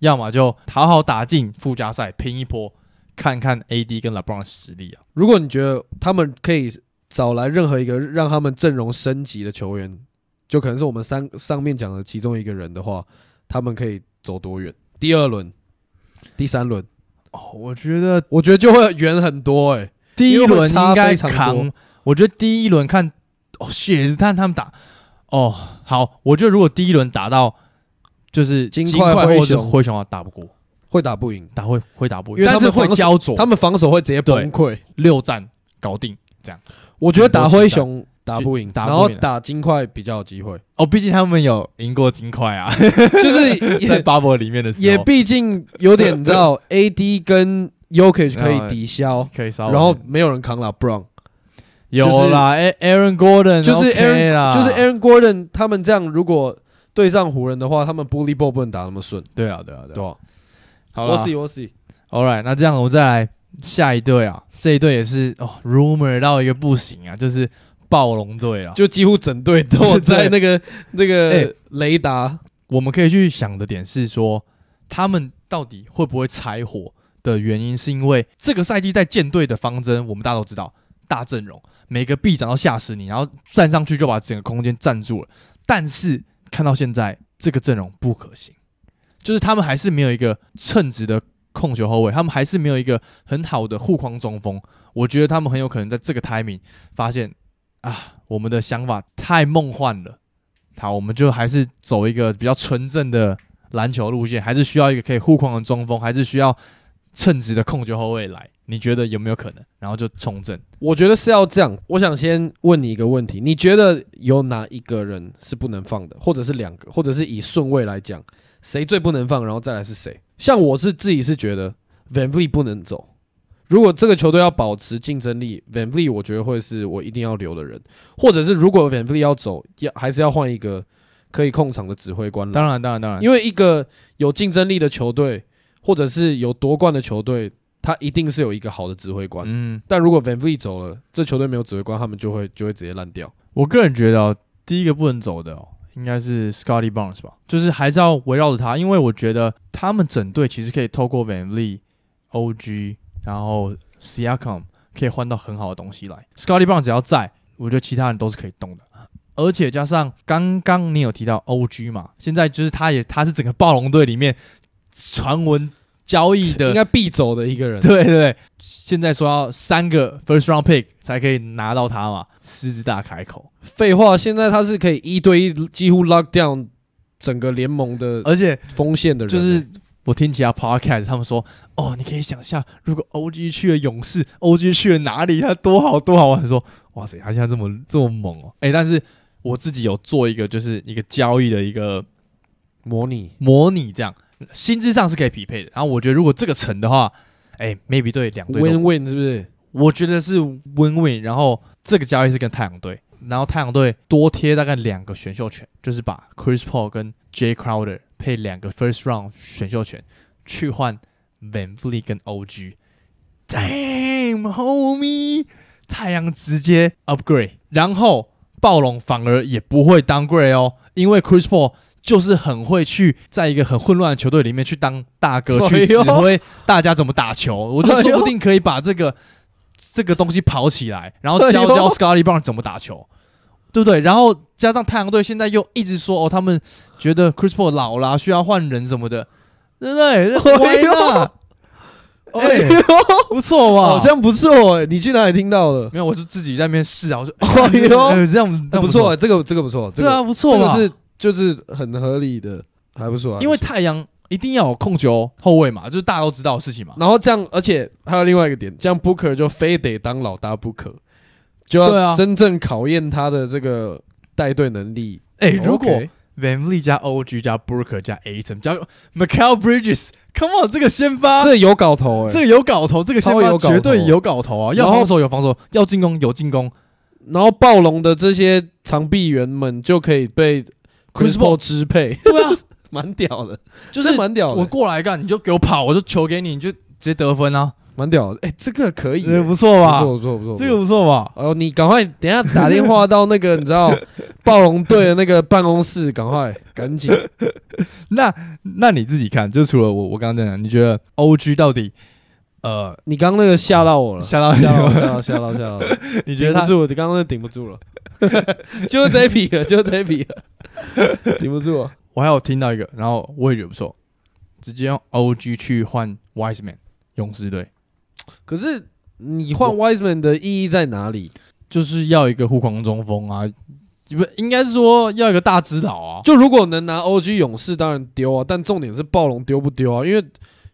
Speaker 1: 要么就好好打进附加赛拼一波，看看 AD 跟 LeBron 的实力啊。
Speaker 2: 如果你觉得他们可以找来任何一个让他们阵容升级的球员，就可能是我们三上面讲的其中一个人的话，他们可以走多远？第二轮、第三轮，
Speaker 1: 哦，我觉得
Speaker 2: 我觉得就会远很多哎、
Speaker 1: 第一轮应
Speaker 2: 因为
Speaker 1: 该
Speaker 2: 会差非常多
Speaker 1: 扛，我觉得第一轮看哦，也是看他们打哦。好，我觉得如果第一轮打到就是
Speaker 2: 金
Speaker 1: 块
Speaker 2: 块
Speaker 1: 或
Speaker 2: 灰
Speaker 1: 者是
Speaker 2: 熊
Speaker 1: 灰熊啊，打不过，
Speaker 2: 会打不赢，
Speaker 1: 打会会打不
Speaker 2: 因
Speaker 1: 赢，
Speaker 2: 为他
Speaker 1: 但
Speaker 2: 们
Speaker 1: 是会
Speaker 2: 防守
Speaker 1: 焦灼，
Speaker 2: 他们防守会直接崩
Speaker 1: 哦对
Speaker 2: 溃。
Speaker 1: 六战搞定这样。
Speaker 2: 我觉得打灰熊打不赢，
Speaker 1: 打不
Speaker 2: 然
Speaker 1: 赢
Speaker 2: 后打金块比较有机会，
Speaker 1: 哦，毕竟他们有赢过金块啊，
Speaker 2: 就
Speaker 1: <laughs>
Speaker 2: 是
Speaker 1: 在
Speaker 2: <laughs> 也
Speaker 1: bubble 里面的时候
Speaker 2: 也毕竟有点你知道，AD 跟 Yokic
Speaker 1: <laughs>
Speaker 2: 可以抵消，
Speaker 1: 可以稍微，
Speaker 2: 然后没有人扛了 Brown。
Speaker 1: 有啦，A-，Aaron Gordon
Speaker 2: 就是
Speaker 1: OK 啦，
Speaker 2: 就是 Aaron Gordon 他们这样，如果对上湖人的话，他们 Bully Ball 不能打那么顺，
Speaker 1: 对啊对啊对
Speaker 2: 对
Speaker 1: 啊，
Speaker 2: 吧？
Speaker 1: 好
Speaker 2: 我
Speaker 1: 啦
Speaker 2: 是我是
Speaker 1: All right，那这样我们再来下一队啊，这一队也是哦，rumor 到一个不行啊，就是暴龙队啊。就
Speaker 2: 就几乎整队都
Speaker 1: <laughs> 对
Speaker 2: 在那个那
Speaker 1: 哎
Speaker 2: 个雷达，
Speaker 1: 我们可以去想的点是说，他们到底会不会拆伙的原因，是因为这个赛季在舰队的方针，我们大家都知道，大阵容，每个臂展都吓死你，然后站上去就把整个空间占住了。但是看到现在这个阵容不可行，就是他们还是没有一个称职的控球后卫，他们还是没有一个很好的护框中锋。我觉得他们很有可能在这个 timing 发现啊，我们的想法太梦幻了。好，我们就还是走一个比较纯正的篮球路线，还是需要一个可以护框的中锋，还是需要称职的控球后卫来。你觉得有没有可能？然后就重振。
Speaker 2: 我觉得是要这样。我想先问你一个问题，你觉得有哪一个人是不能放的，或者是两个，或者是以顺位来讲，谁最不能放，然后再来是谁？像我是自己是觉得 Van Vliet 不能走。如果这个球队要保持竞争力，Van Vliet 我觉得会是我一定要留的人，或者是如果 Van Vliet 要走，要还是要换一个可以控场的指挥官来。
Speaker 1: 当然，当然，当然，
Speaker 2: 因为一个有竞争力的球队，或者是有夺冠的球队，他一定是有一个好的指挥官。
Speaker 1: 嗯，
Speaker 2: 但如果 Van Vliet 走了，这球队没有指挥官，他们就会就会直接烂掉。
Speaker 1: 我个人觉得、哦、第一个不能走的、哦、应该是 Scotty Barnes 吧，就是还是要围绕着他，因为我觉得他们整队其实可以透过 Van Lee、OG，然后 Siakam 可以换到很好的东西来。Scotty Barnes 只要在，我觉得其他人都是可以动的。而且加上刚刚你有提到 OG 嘛，现在就是他也他是整个暴龙队里面传闻交易的
Speaker 2: 应该必走的一个人，
Speaker 1: <laughs> 对对对，现在说要三个 first round pick 才可以拿到他嘛，狮子大开口，
Speaker 2: 废话，现在他是可以一对一几乎 lock down 整个联盟的
Speaker 1: 而且
Speaker 2: 锋线的人，
Speaker 1: 呃就是我听其他 podcast 他们说，哦，你可以想象，如果 OG 去了勇士，OG 去了哪里，他多好多好玩。说，哇塞，他现在这么这么猛哦，哎、但是我自己有做一个就是一个交易的一个
Speaker 2: 模拟。
Speaker 1: 模拟，这样薪资上是可以匹配的。然后我觉得如果这个成的话，哎、m a y b e 对两队都
Speaker 2: Win Win 是不是？
Speaker 1: 我觉得是 win win。然后这个交易是跟太阳队，然后太阳队多贴大概两个选秀权，就是把 Chris Paul 跟 J Crowder 配两个 first round 选秀权去换 Van Vliet 跟 OG。Damn homie，太阳直接 upgrade，然后暴龙反而也不会 downgrade 哦，因为 Chris Paul。就是很会去在一个很混乱的球队里面去当大哥，
Speaker 2: 哎
Speaker 1: 去
Speaker 2: 呦
Speaker 1: 指挥大家怎么打球。我觉得
Speaker 2: 哎呦
Speaker 1: 说不定可以把这个这个东西跑起来，然后教
Speaker 2: 哎呦
Speaker 1: 教 Scotty Barnes 怎么打球，对不对？然后加上太阳队现在又一直说哦，他们觉 <laughs> 得 Chris Paul 老啦，需要换人什么的，对不对？
Speaker 2: 哎
Speaker 1: 歪
Speaker 2: 呦
Speaker 1: 了，哎、不错吧？
Speaker 2: 好像不错哎，你去哪里听到的？
Speaker 1: 没有，我就自己在那边试啊，我就
Speaker 2: 哎呦
Speaker 1: <laughs> 哎这样这
Speaker 2: 那
Speaker 1: 样
Speaker 2: 不错哎，，这个这个不错，这
Speaker 1: 对
Speaker 2: 个
Speaker 1: 啊，不错
Speaker 2: 这
Speaker 1: 吧？
Speaker 2: 个是就是很合理的，还不错啊。
Speaker 1: 因为太阳一定要有控球后卫嘛，就是大家都知道的事情嘛。
Speaker 2: 然后这样，而且还有另外一个点，这样 Booker 就非得当老大不可，就
Speaker 1: 对
Speaker 2: 要
Speaker 1: 啊
Speaker 2: 真正考验他的这个带队能力。
Speaker 1: 哎、
Speaker 2: OK
Speaker 1: 如果 Van Lee 加 OG 加 Booker 加 A 层加 Michael Bridges，Come on，这个先发。
Speaker 2: 这有搞头哎、
Speaker 1: 啊这个有搞头，这个先
Speaker 2: 超有
Speaker 1: 发
Speaker 2: 搞头
Speaker 1: 绝对有搞头啊！
Speaker 2: 然
Speaker 1: 要
Speaker 2: 后
Speaker 1: 防守有防守，要进攻有进攻。
Speaker 2: 然后暴龙的这些长臂猿们就可以被
Speaker 1: Chris
Speaker 2: Chris
Speaker 1: Paul
Speaker 2: Paul 支配， <laughs>
Speaker 1: 对啊，
Speaker 2: 蛮屌的，
Speaker 1: <laughs> 就是
Speaker 2: 这蛮屌
Speaker 1: 我
Speaker 2: 的，
Speaker 1: 过来干，你就给我跑，我就球给你，你就直接得分啊！
Speaker 2: 蛮屌的。哎、这个可以、
Speaker 1: 呃
Speaker 2: 欸，
Speaker 1: 不错吧？
Speaker 2: 不错不错不错，
Speaker 1: 这个。不错吧？
Speaker 2: 哦，你赶快，等一下打电话到那个你知
Speaker 1: <laughs>
Speaker 2: 道暴龙队的那个办公室，赶快赶紧。
Speaker 1: 那那你自己看，就除了我我刚刚讲，你觉得 OG 到底呃
Speaker 2: 你刚刚那个吓到我了，
Speaker 1: 吓到你
Speaker 2: 吓到
Speaker 1: 吗
Speaker 2: 我吓到吓到吓到我。
Speaker 1: 你觉得
Speaker 2: 顶不
Speaker 1: 他
Speaker 2: 住，你刚刚那顶不住了， <laughs> 就是这一匹了，就是这一匹了， <laughs> 顶不住了。啊
Speaker 1: 我还有听到一个，然后我也觉得不错，直接用 OG 去换 Wiseman 勇士队，
Speaker 2: 可是你换 Wiseman 的意义在哪里？
Speaker 1: 就是要一个护框中锋啊，不应该是说要一个大指导啊。
Speaker 2: 就如果能拿 OG 勇士，当然丢啊，但重点是暴龙丢不丢啊？因为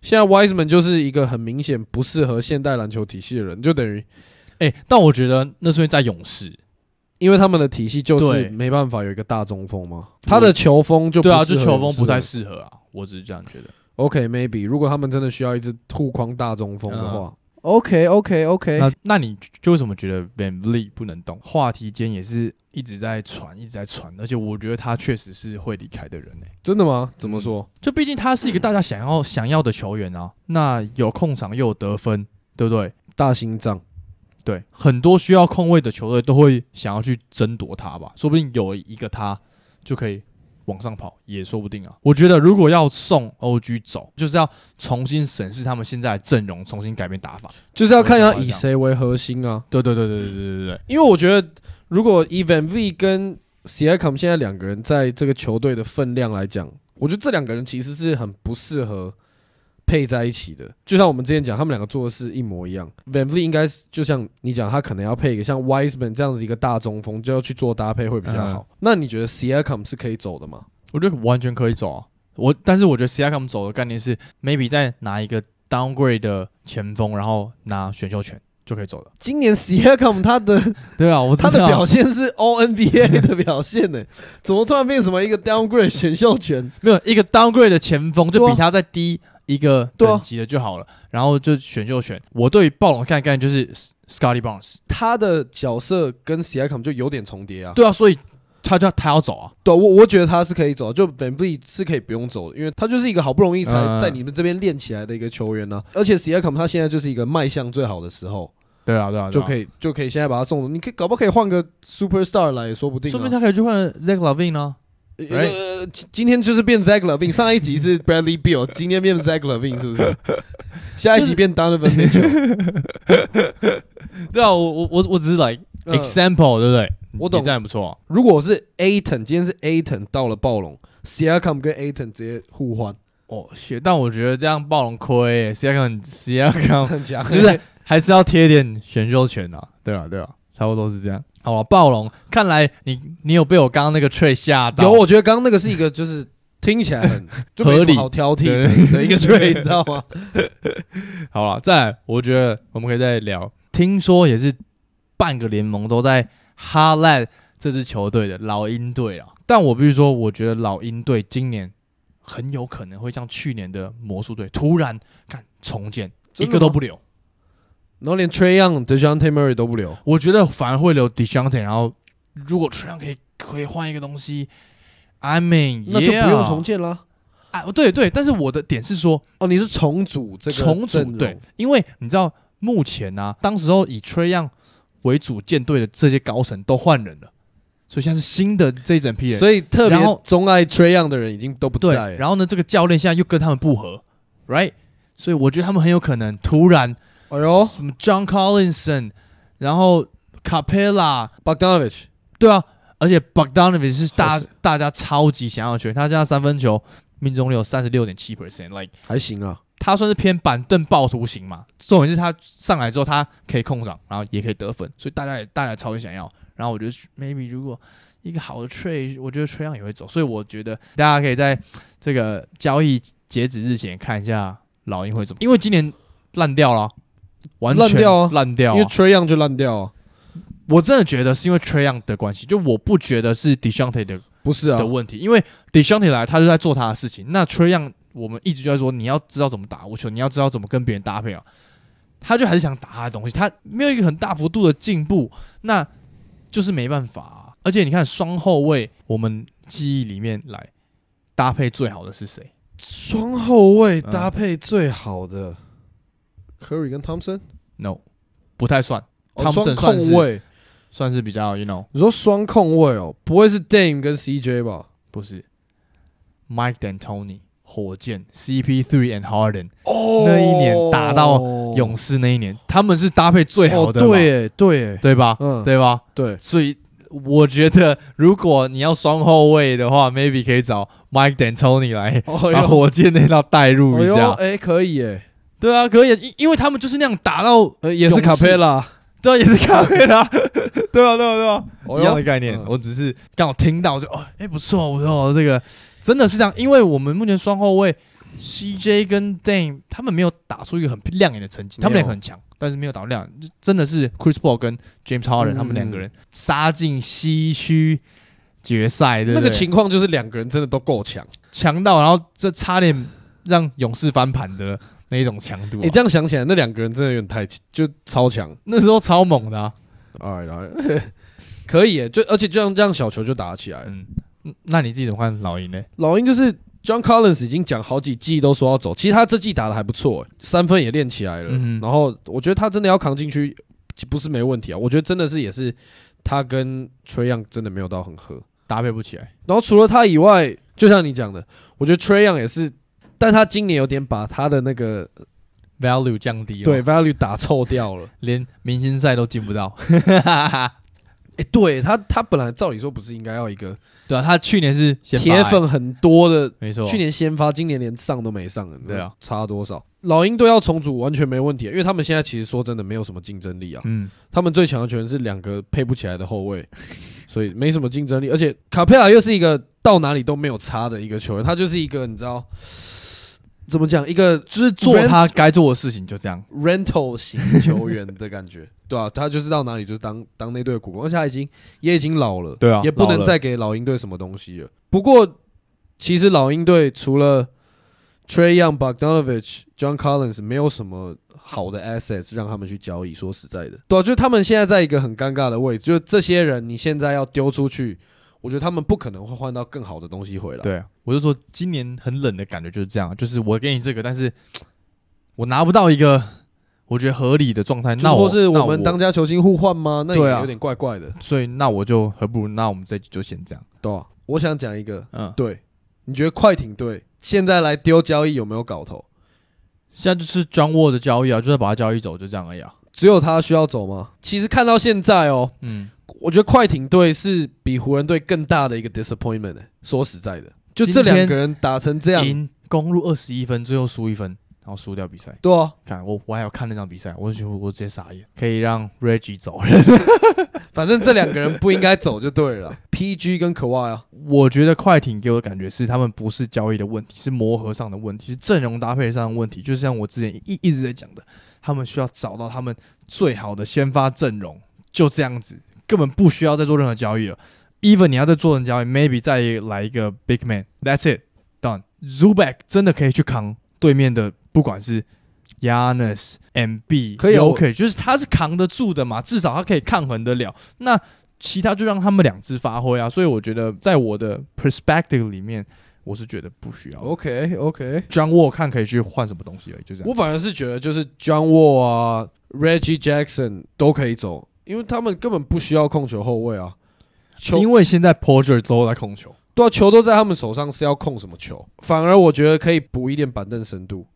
Speaker 2: 现在 Wiseman 就是一个很明显不适合现代篮球体系的人，就等于
Speaker 1: 哎、但我觉得那是因为在勇士，
Speaker 2: 因为他们的体系就是
Speaker 1: 对
Speaker 2: 没办法有一个大中锋嘛，他的球风就不
Speaker 1: 对啊，
Speaker 2: 适
Speaker 1: 就
Speaker 2: 合
Speaker 1: 球风不太
Speaker 2: 勇士
Speaker 1: 适合啊，我只是这样觉得。
Speaker 2: OK maybe，如果他们真的需要一支护框大中锋的
Speaker 1: 嗯
Speaker 2: 话、o k OK OK，
Speaker 1: 那那你就为什么觉得 Van Lee 不能动？话题间也是一直在传，一直在传，而且我觉得他确实是会离开的人呢、
Speaker 2: 真的吗？怎么说？
Speaker 1: 就毕竟他是一个大家想要想要的球员啊，那有控场又有得分，对不对？
Speaker 2: 大心脏。
Speaker 1: 对，很多需要控卫的球队都会想要去争夺他吧，说不定有一个他就可以往上跑，也说不定啊。我觉得如果要送 OG 走，就是要重新审视他们现在的阵容，重新改变打法。
Speaker 2: 就是要看要以谁为核心啊。
Speaker 1: 对对对对对对对对，
Speaker 2: 因为我觉得，如果 Evan V 跟 s i a c o m 现在两个人在这个球队的分量来讲，我觉得这两个人其实是很不适合配在一起的。就像我们之前讲，他们两个做的事一模一样。Van V 应该是就像你讲，他可能要配一个像 Wiseman 这样子一个大中锋，就要去做搭配会比较好。那你觉得 s i a c o m 是可以走的吗？
Speaker 1: 我觉得完全可以走啊。我但是我觉得 c i a c o m 走的概念是 maybe 再拿一个 downgrade 的前锋，然后拿选秀权就可以走了。
Speaker 2: 今年 s i a c o m 他的
Speaker 1: 对啊，我知
Speaker 2: 他
Speaker 1: 道
Speaker 2: 的表现是 O NBA <laughs> 的表现呢、怎么突然变什么一个 downgrade 选秀权？
Speaker 1: 没有一个 downgrade 的前锋，就
Speaker 2: 对啊
Speaker 1: 比他再低一个
Speaker 2: 对啊
Speaker 1: 等级的就好了。然后就选秀权。我对于暴龙看的概念就是 Scotty Barnes。
Speaker 2: 他的角色跟 s i a c o m 就有点重叠啊。
Speaker 1: 对啊，所以他就要他要走啊。
Speaker 2: 对，我我觉得他是可以走，就 Van v l e 是可以不用走的，因为他就是一个好不容易才
Speaker 1: 嗯
Speaker 2: 在你们这边练起来的一个球员呢、啊而且 s i a c o m 他现在就是一个卖相最好的时候，
Speaker 1: 对啊，对啊，
Speaker 2: 就
Speaker 1: 以。
Speaker 2: 可以就可以现在把他送走。你可以搞不好可以换个 Superstar 来也说不定、啊。
Speaker 1: 说明他可以去换 Zach Lavine 啊呢、
Speaker 2: 呃呃，今今天就是变 Zach Levine，上一集是 Bradley Beal，今天变 Zach Levine 是不 <laughs> 是？下一集变 Donovan <laughs> Mitchell
Speaker 1: 对啊，我我我我只是 like
Speaker 2: 嗯。
Speaker 1: example，、对不对？
Speaker 2: 我懂
Speaker 1: 你这样也不错、啊。
Speaker 2: 如果是 Aton，今天是 Aton 到了暴龙 s i a c o m 跟 Aton 直接互换，
Speaker 1: 哦，是，但我觉得这样暴龙亏、欸。c i a c o <laughs> m c i a c o m
Speaker 2: 很强，
Speaker 1: <laughs> 就是还是要贴点选秀权啊。对啊，对啊，差不多是这样。好啊，暴龙，看来你你有被我刚刚那个 trade 吓到。
Speaker 2: 有，我觉得刚刚那个是一个就是听起
Speaker 1: <laughs>
Speaker 2: 来很就没什么
Speaker 1: 合理
Speaker 2: 好挑剔的的一个 trade，你知道吗？
Speaker 1: 好了，再来，我觉得我们可以再聊。听说也是半个联盟都在哈烂这支球队的老鹰队啊，但我必须说，我觉得老鹰队今年很有可能会像去年的魔术队，突然看重建，一
Speaker 2: 真的吗
Speaker 1: 个都不留。
Speaker 2: 然后连 Trey Young、Dejounte Murray 都不留，
Speaker 1: 我觉得反而会留 Dishante，然后如果这样可以可以换一个东西，I mean，
Speaker 2: 那就不用
Speaker 1: yeah
Speaker 2: 重建啦。
Speaker 1: 啊，对对，但是我的点是说，
Speaker 2: 哦，你是重组这个
Speaker 1: 重组
Speaker 2: 阵容
Speaker 1: 对，因为你知道目前呢、啊，当时候以 Trey Young 为主舰队的这些高层都换人了，所以现在是新的这一整批人。
Speaker 2: 所以特别
Speaker 1: 然后
Speaker 2: 钟爱 Trey Young 的人已经都不
Speaker 1: 对
Speaker 2: 在，了。
Speaker 1: 然后呢，这个教练现在又跟他们不合，right？所以我觉得他们很有可能突然
Speaker 2: 哎呦
Speaker 1: 什么 John Collinson，然后 Capella，
Speaker 2: ，Bogdanovich
Speaker 1: 对啊而且 Bogdanovic 是大
Speaker 2: 好神
Speaker 1: 大家超级想要的球员，他现在三分球命中率有三十六点七 percent，like
Speaker 2: 还行啊，
Speaker 1: 他算是偏板凳暴徒型嘛。重点是他上来之后，他可以控场，然后也可以得分，所以大家也大家超级想要。然后我觉得 maybe 如果一个好的 trade，我觉得 trade 也会走，所以我觉得大家可以在这个交易截止日前看一下老鹰会怎么，因为今年烂掉了啊，完全
Speaker 2: 烂掉啊
Speaker 1: 烂掉
Speaker 2: 因
Speaker 1: 啊、
Speaker 2: 为 Trey Young 就烂掉啊，
Speaker 1: 我真的觉得是因为 Trey Young 的关系，就我不觉得是 Deshante 的
Speaker 2: 不是啊
Speaker 1: 的，问题，因为 Deshante 来，他就在做他的事情。那 Trey Young，我们一直就在说，你要知道怎么打无球，你要知道怎么跟别人搭配啊。他就还是想打他的东西，他没有一个很大幅度的进步，那就是没办法、啊。而且你看双后卫，我们记忆里面来搭配最好的是谁？
Speaker 2: 双后卫
Speaker 1: 嗯
Speaker 2: 搭配最好的 Curry 跟 Thompson，
Speaker 1: No，不太算，
Speaker 2: 哦
Speaker 1: Thompson
Speaker 2: 双
Speaker 1: 算是
Speaker 2: 控卫，
Speaker 1: 算是比较 you know
Speaker 2: 你说双控卫哦，不会是 Dame 跟 CJ 吧？
Speaker 1: 不是 Mike D'Antoni 火箭 CP3 and Harden
Speaker 2: 哦
Speaker 1: 那一年打到勇士那一年，他们是搭配最好的嘛、
Speaker 2: 哦对耶对耶
Speaker 1: 对吧？
Speaker 2: 嗯
Speaker 1: 对吧？
Speaker 2: 对，
Speaker 1: 所以我觉得，如果你要双后卫的话，maybe 可以找 Mike D'Antoni 来
Speaker 2: 哦
Speaker 1: 把
Speaker 2: 呦
Speaker 1: 火箭那套带入
Speaker 2: 哎
Speaker 1: 一
Speaker 2: 呦
Speaker 1: 下。
Speaker 2: 哎可以耶，
Speaker 1: 对啊，可以，因因为他们就是那样打到，
Speaker 2: 呃也
Speaker 1: 勇
Speaker 2: 是
Speaker 1: 士
Speaker 2: 卡佩拉，
Speaker 1: 对啊，也是咖啡啦， <laughs> 对啊，对啊，对啊，
Speaker 2: 哦
Speaker 1: 一样
Speaker 2: 呦
Speaker 1: 的概念
Speaker 2: 嗯。
Speaker 1: 我只是刚好听到就哦，哎，不错，不错，这个真的是这样，因为我们目前双后卫 CJ 跟 Dame 他们没有打出一个很亮眼的成绩，
Speaker 2: 没
Speaker 1: 他
Speaker 2: 有
Speaker 1: 们两个很强，但是没有打出亮眼，就真的是 Chris Paul 跟 James Harden
Speaker 2: 嗯
Speaker 1: 他们两个人杀进西区决赛，对不
Speaker 2: 那
Speaker 1: 对？
Speaker 2: 个情况就是两个人真的都够强。
Speaker 1: 强到，然后这差点让勇士翻盘的那一种强度啊
Speaker 2: 你、，这样想起来，那两个人真的有点太强就超强。
Speaker 1: 那时候超猛的啊。
Speaker 2: 哎来， <laughs> 可以耶，就而且就像这样小球就打起来了。
Speaker 1: 嗯，那你自己怎么看老鹰呢？
Speaker 2: 老鹰就是 John Collins 已经讲好几季都说要走，其实他这季打的还不错耶，三分也练起来了。
Speaker 1: 嗯哼
Speaker 2: 然后我觉得他真的要扛进去，不是没问题啊。我觉得真的是也是他跟 Trey Young 真的没有到很合。
Speaker 1: 搭配不起来。
Speaker 2: 然后除了他以外，就像你讲的，我觉得 Trey Young 也是，但他今年有点把他的那个
Speaker 1: value 降低了，
Speaker 2: 对，value 打臭掉了。
Speaker 1: 连明星赛都进不到。
Speaker 2: 哎、对他，他本来照理说不是应该要一个
Speaker 1: 对啊，他去年是先发
Speaker 2: 铁
Speaker 1: 欸，
Speaker 2: 粉很多的，
Speaker 1: 没错，
Speaker 2: 去年先发，今年连上都没上了，
Speaker 1: 对啊，
Speaker 2: 差多少？老鹰队要重组完全没问题，啊因为他们现在其实说真的没有什么竞争力啊，
Speaker 1: 嗯，
Speaker 2: 他们最强的球员是两个配不起来的后
Speaker 1: <laughs>
Speaker 2: 卫，所以没什么竞争力，而且卡佩拉又是一个到哪里都没有差的一个球员，他就是一个你知道怎么讲，一个就是
Speaker 1: 做他该做的事情就这样。
Speaker 2: rental 型球员的感觉，对啊，他就是到哪里就是当当那队的苦工，而且他已经也已经老了，
Speaker 1: 对啊
Speaker 2: 也不
Speaker 1: 老
Speaker 2: 能
Speaker 1: 了
Speaker 2: 再给老鹰队什么东西了。不过，其实老鹰队除了 Trey Young、Bogdanovich、John Collins 没有什么好的 assets 让他们去交易。说实在的，对啊，就是他们现在在一个很尴尬的位置，就是这些人你现在要丢出去，我觉得他们不可能会换到更好的东西回来。
Speaker 1: 对啊，我就说今年很冷的感觉就是这样，就是我给你这个，但是我拿不到一个我觉得合理的状态，
Speaker 2: 就是
Speaker 1: 那
Speaker 2: 或
Speaker 1: 我
Speaker 2: 是
Speaker 1: 那
Speaker 2: 我们当家球星互换吗？那
Speaker 1: 对
Speaker 2: 也
Speaker 1: 啊
Speaker 2: 有点怪怪的，
Speaker 1: 所以那我就何不如那我们这局就先这样，
Speaker 2: 对啊。我想讲一个，
Speaker 1: 嗯，
Speaker 2: 对，你觉得快艇队现在来丢交易有没有搞头？
Speaker 1: 现在就是 John Wall 的交易啊，就是把他交易走，就这样而已啊。
Speaker 2: 只有他需要走吗？其实看到现在哦，
Speaker 1: 嗯，
Speaker 2: 我觉得快艇队是比湖人队更大的一个 disappointment、欸。说实在的，就这
Speaker 1: 今天
Speaker 2: 两个人打成这样，
Speaker 1: 赢公路二十一分，最后输一分，然后输掉比赛。
Speaker 2: 对啊，
Speaker 1: 看我，我还有看那场比赛，我就觉得我直接傻眼，可以让 Reggie 走人。
Speaker 2: 反正这两个人不应该走就对了啦。PG <laughs> 跟可外啊，
Speaker 1: 我觉得快艇给我的感觉是，他们不是交易的问题，是磨合上的问题，是阵容搭配上的问题。就像我之前一一直在讲的，他们需要找到他们最好的先发阵容，就这样子，根本不需要再做任何交易了。Even 你要再做人交易，maybe 再来一个 big man，that's it done。Zubac 真的可以去扛对面的，不管是 Yanis、MB、
Speaker 2: 可以啊我
Speaker 1: OK，就是他是扛得住的嘛，至少他可以抗衡得了。那其他就让他们两支发挥啊。所以我觉得，在我的 perspective 里面，我是觉得不需要。
Speaker 2: OK OK，
Speaker 1: John Wall 看可以去换什么东西而已，就这
Speaker 2: 我
Speaker 1: 样。
Speaker 2: 反而是觉得就是 John Wall 啊、Reggie Jackson 都可以走，因为他们根本不需要控球后卫啊，球
Speaker 1: 因为现在 Porter 都在控球，
Speaker 2: 对啊，球都在他们手上，是要控什么球？反而我觉得可以补一点板凳深度。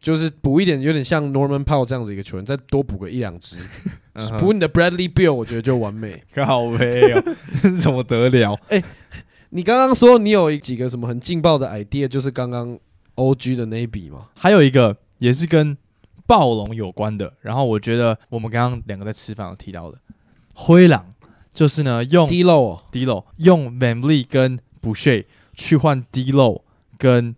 Speaker 2: 就是补一点，有点像 Norman Powell 这样子一个球员，再多补个一两
Speaker 1: <laughs>
Speaker 2: 支，
Speaker 1: 嗯
Speaker 2: 补你的 Bradley Bill，我觉得就完美。
Speaker 1: 靠背 <laughs> 哦，这怎么得了？
Speaker 2: 你刚刚说你有几个什么很劲爆的 idea，就是刚刚 O G 的那一笔嘛？
Speaker 1: 还有一个也是跟暴龙有关的，然后我觉得我们刚刚两个在吃饭有提到的，灰狼就是呢用
Speaker 2: 低漏哦，
Speaker 1: D 漏用 Van l e 跟 Boucher 去换 D 漏跟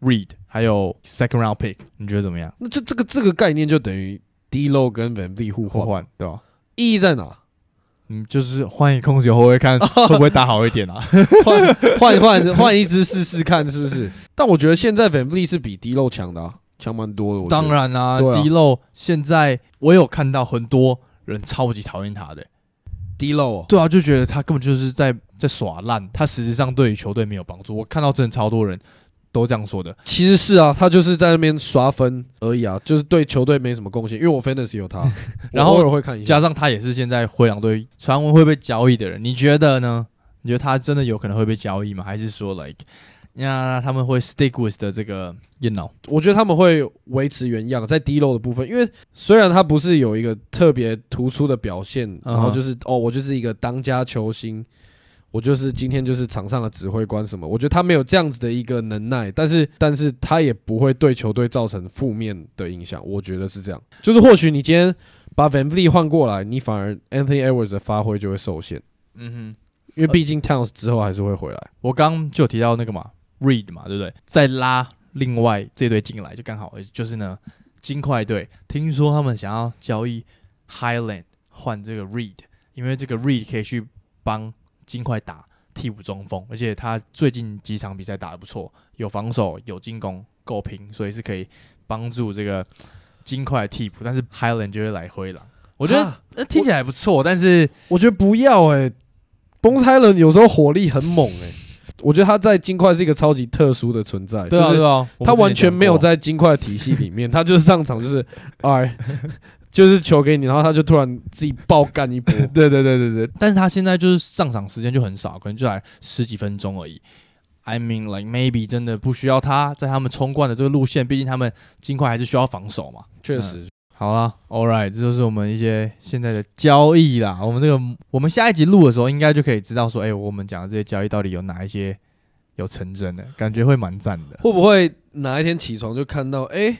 Speaker 1: Reed，还有 Second Round Pick，你觉得怎么样？
Speaker 2: 那这这个这个概念就等于低漏跟 Van V 互
Speaker 1: 互
Speaker 2: 换，
Speaker 1: 换对吧？
Speaker 2: 意义在哪？
Speaker 1: 嗯，就是换一个控球后卫 <laughs> 看会不会打好一点啊？
Speaker 2: 换 <laughs> 换换换一支试试看，是不是？但我觉得现在 Van V 是比低漏强的、啊，强蛮多的。
Speaker 1: <laughs>
Speaker 2: 我觉得
Speaker 1: 当，然啦、
Speaker 2: 对啊
Speaker 1: d 漏现在我有看到很多人超级讨厌他的、
Speaker 2: 低漏、哦、
Speaker 1: 对啊，就觉得他根本就是在在耍烂，他实质上对于球队没有帮助。我看到真的超多人都这样说的，
Speaker 2: 其实是啊，他就是在那边刷分而已啊，就是对球队没什么贡献。因为我
Speaker 1: <laughs>
Speaker 2: Fantasy 有他，
Speaker 1: 然后
Speaker 2: 我偶尔会看一下。
Speaker 1: 加上他也是现在灰狼队传闻会被交易的人，你觉得呢？你觉得他真的有可能会被交易吗？还是说，like，那他们会 stick with 的这个 you know
Speaker 2: 我觉得他们会维持原样，在低漏的部分，因为虽然他不是有一个特别突出的表现，
Speaker 1: 嗯哼
Speaker 2: 然后就是哦，我就是一个当家球星，我就是今天就是场上的指挥官什么，我觉得他没有这样子的一个能耐，但是但是他也不会对球队造成负面的影响，我觉得是这样。就是或许你今天把 Van v l e 换过来，你反而 Anthony Edwards 的发挥就会受限，
Speaker 1: 嗯哼。
Speaker 2: 因为毕竟 Towns 之后还是会回来。
Speaker 1: 我刚就有提到那个嘛，Reed 嘛，对不对？再拉另外这队进来，就刚好就是呢，金块队听说他们想要交易 Highland 换这个 Reed，因为这个 Reed 可以去帮金块打替补中锋，而且他最近几场比赛打得不错，有防守有进攻，够拼，所以是可以帮助这个金块的替补。但是 Highland 就会来灰狼，我觉得
Speaker 2: 啊
Speaker 1: 呃听起来还不错，但是
Speaker 2: 我觉得不要哎、欸，崩差人有时候火力很猛哎、我觉得他在金块是一个超级特殊的存在，
Speaker 1: 对啊
Speaker 2: 就是
Speaker 1: 对啊，我们
Speaker 2: 他
Speaker 1: 之前
Speaker 2: 完全
Speaker 1: 讲
Speaker 2: 没有
Speaker 1: 过
Speaker 2: 在金块体系里面，他就是上场就是 <laughs> 哎，就是球给你，然后他就突然自己爆干 <laughs> 一波。
Speaker 1: 对对对对对，但是他现在就是上场时间就很少，可能就才十几分钟而已。I mean, like maybe 真的不需要他在他们冲冠的这个路线，毕竟他们金块还是需要防守嘛。
Speaker 2: 确实，
Speaker 1: 好啦，All right，这就是我们一些现在的交易啦。我们这个我们下一集录的时候，应该就可以知道说，哎、我们讲的这些交易到底有哪一些有成真的，感觉会蛮赞的。
Speaker 2: 会不会哪一天起床就看到哎、c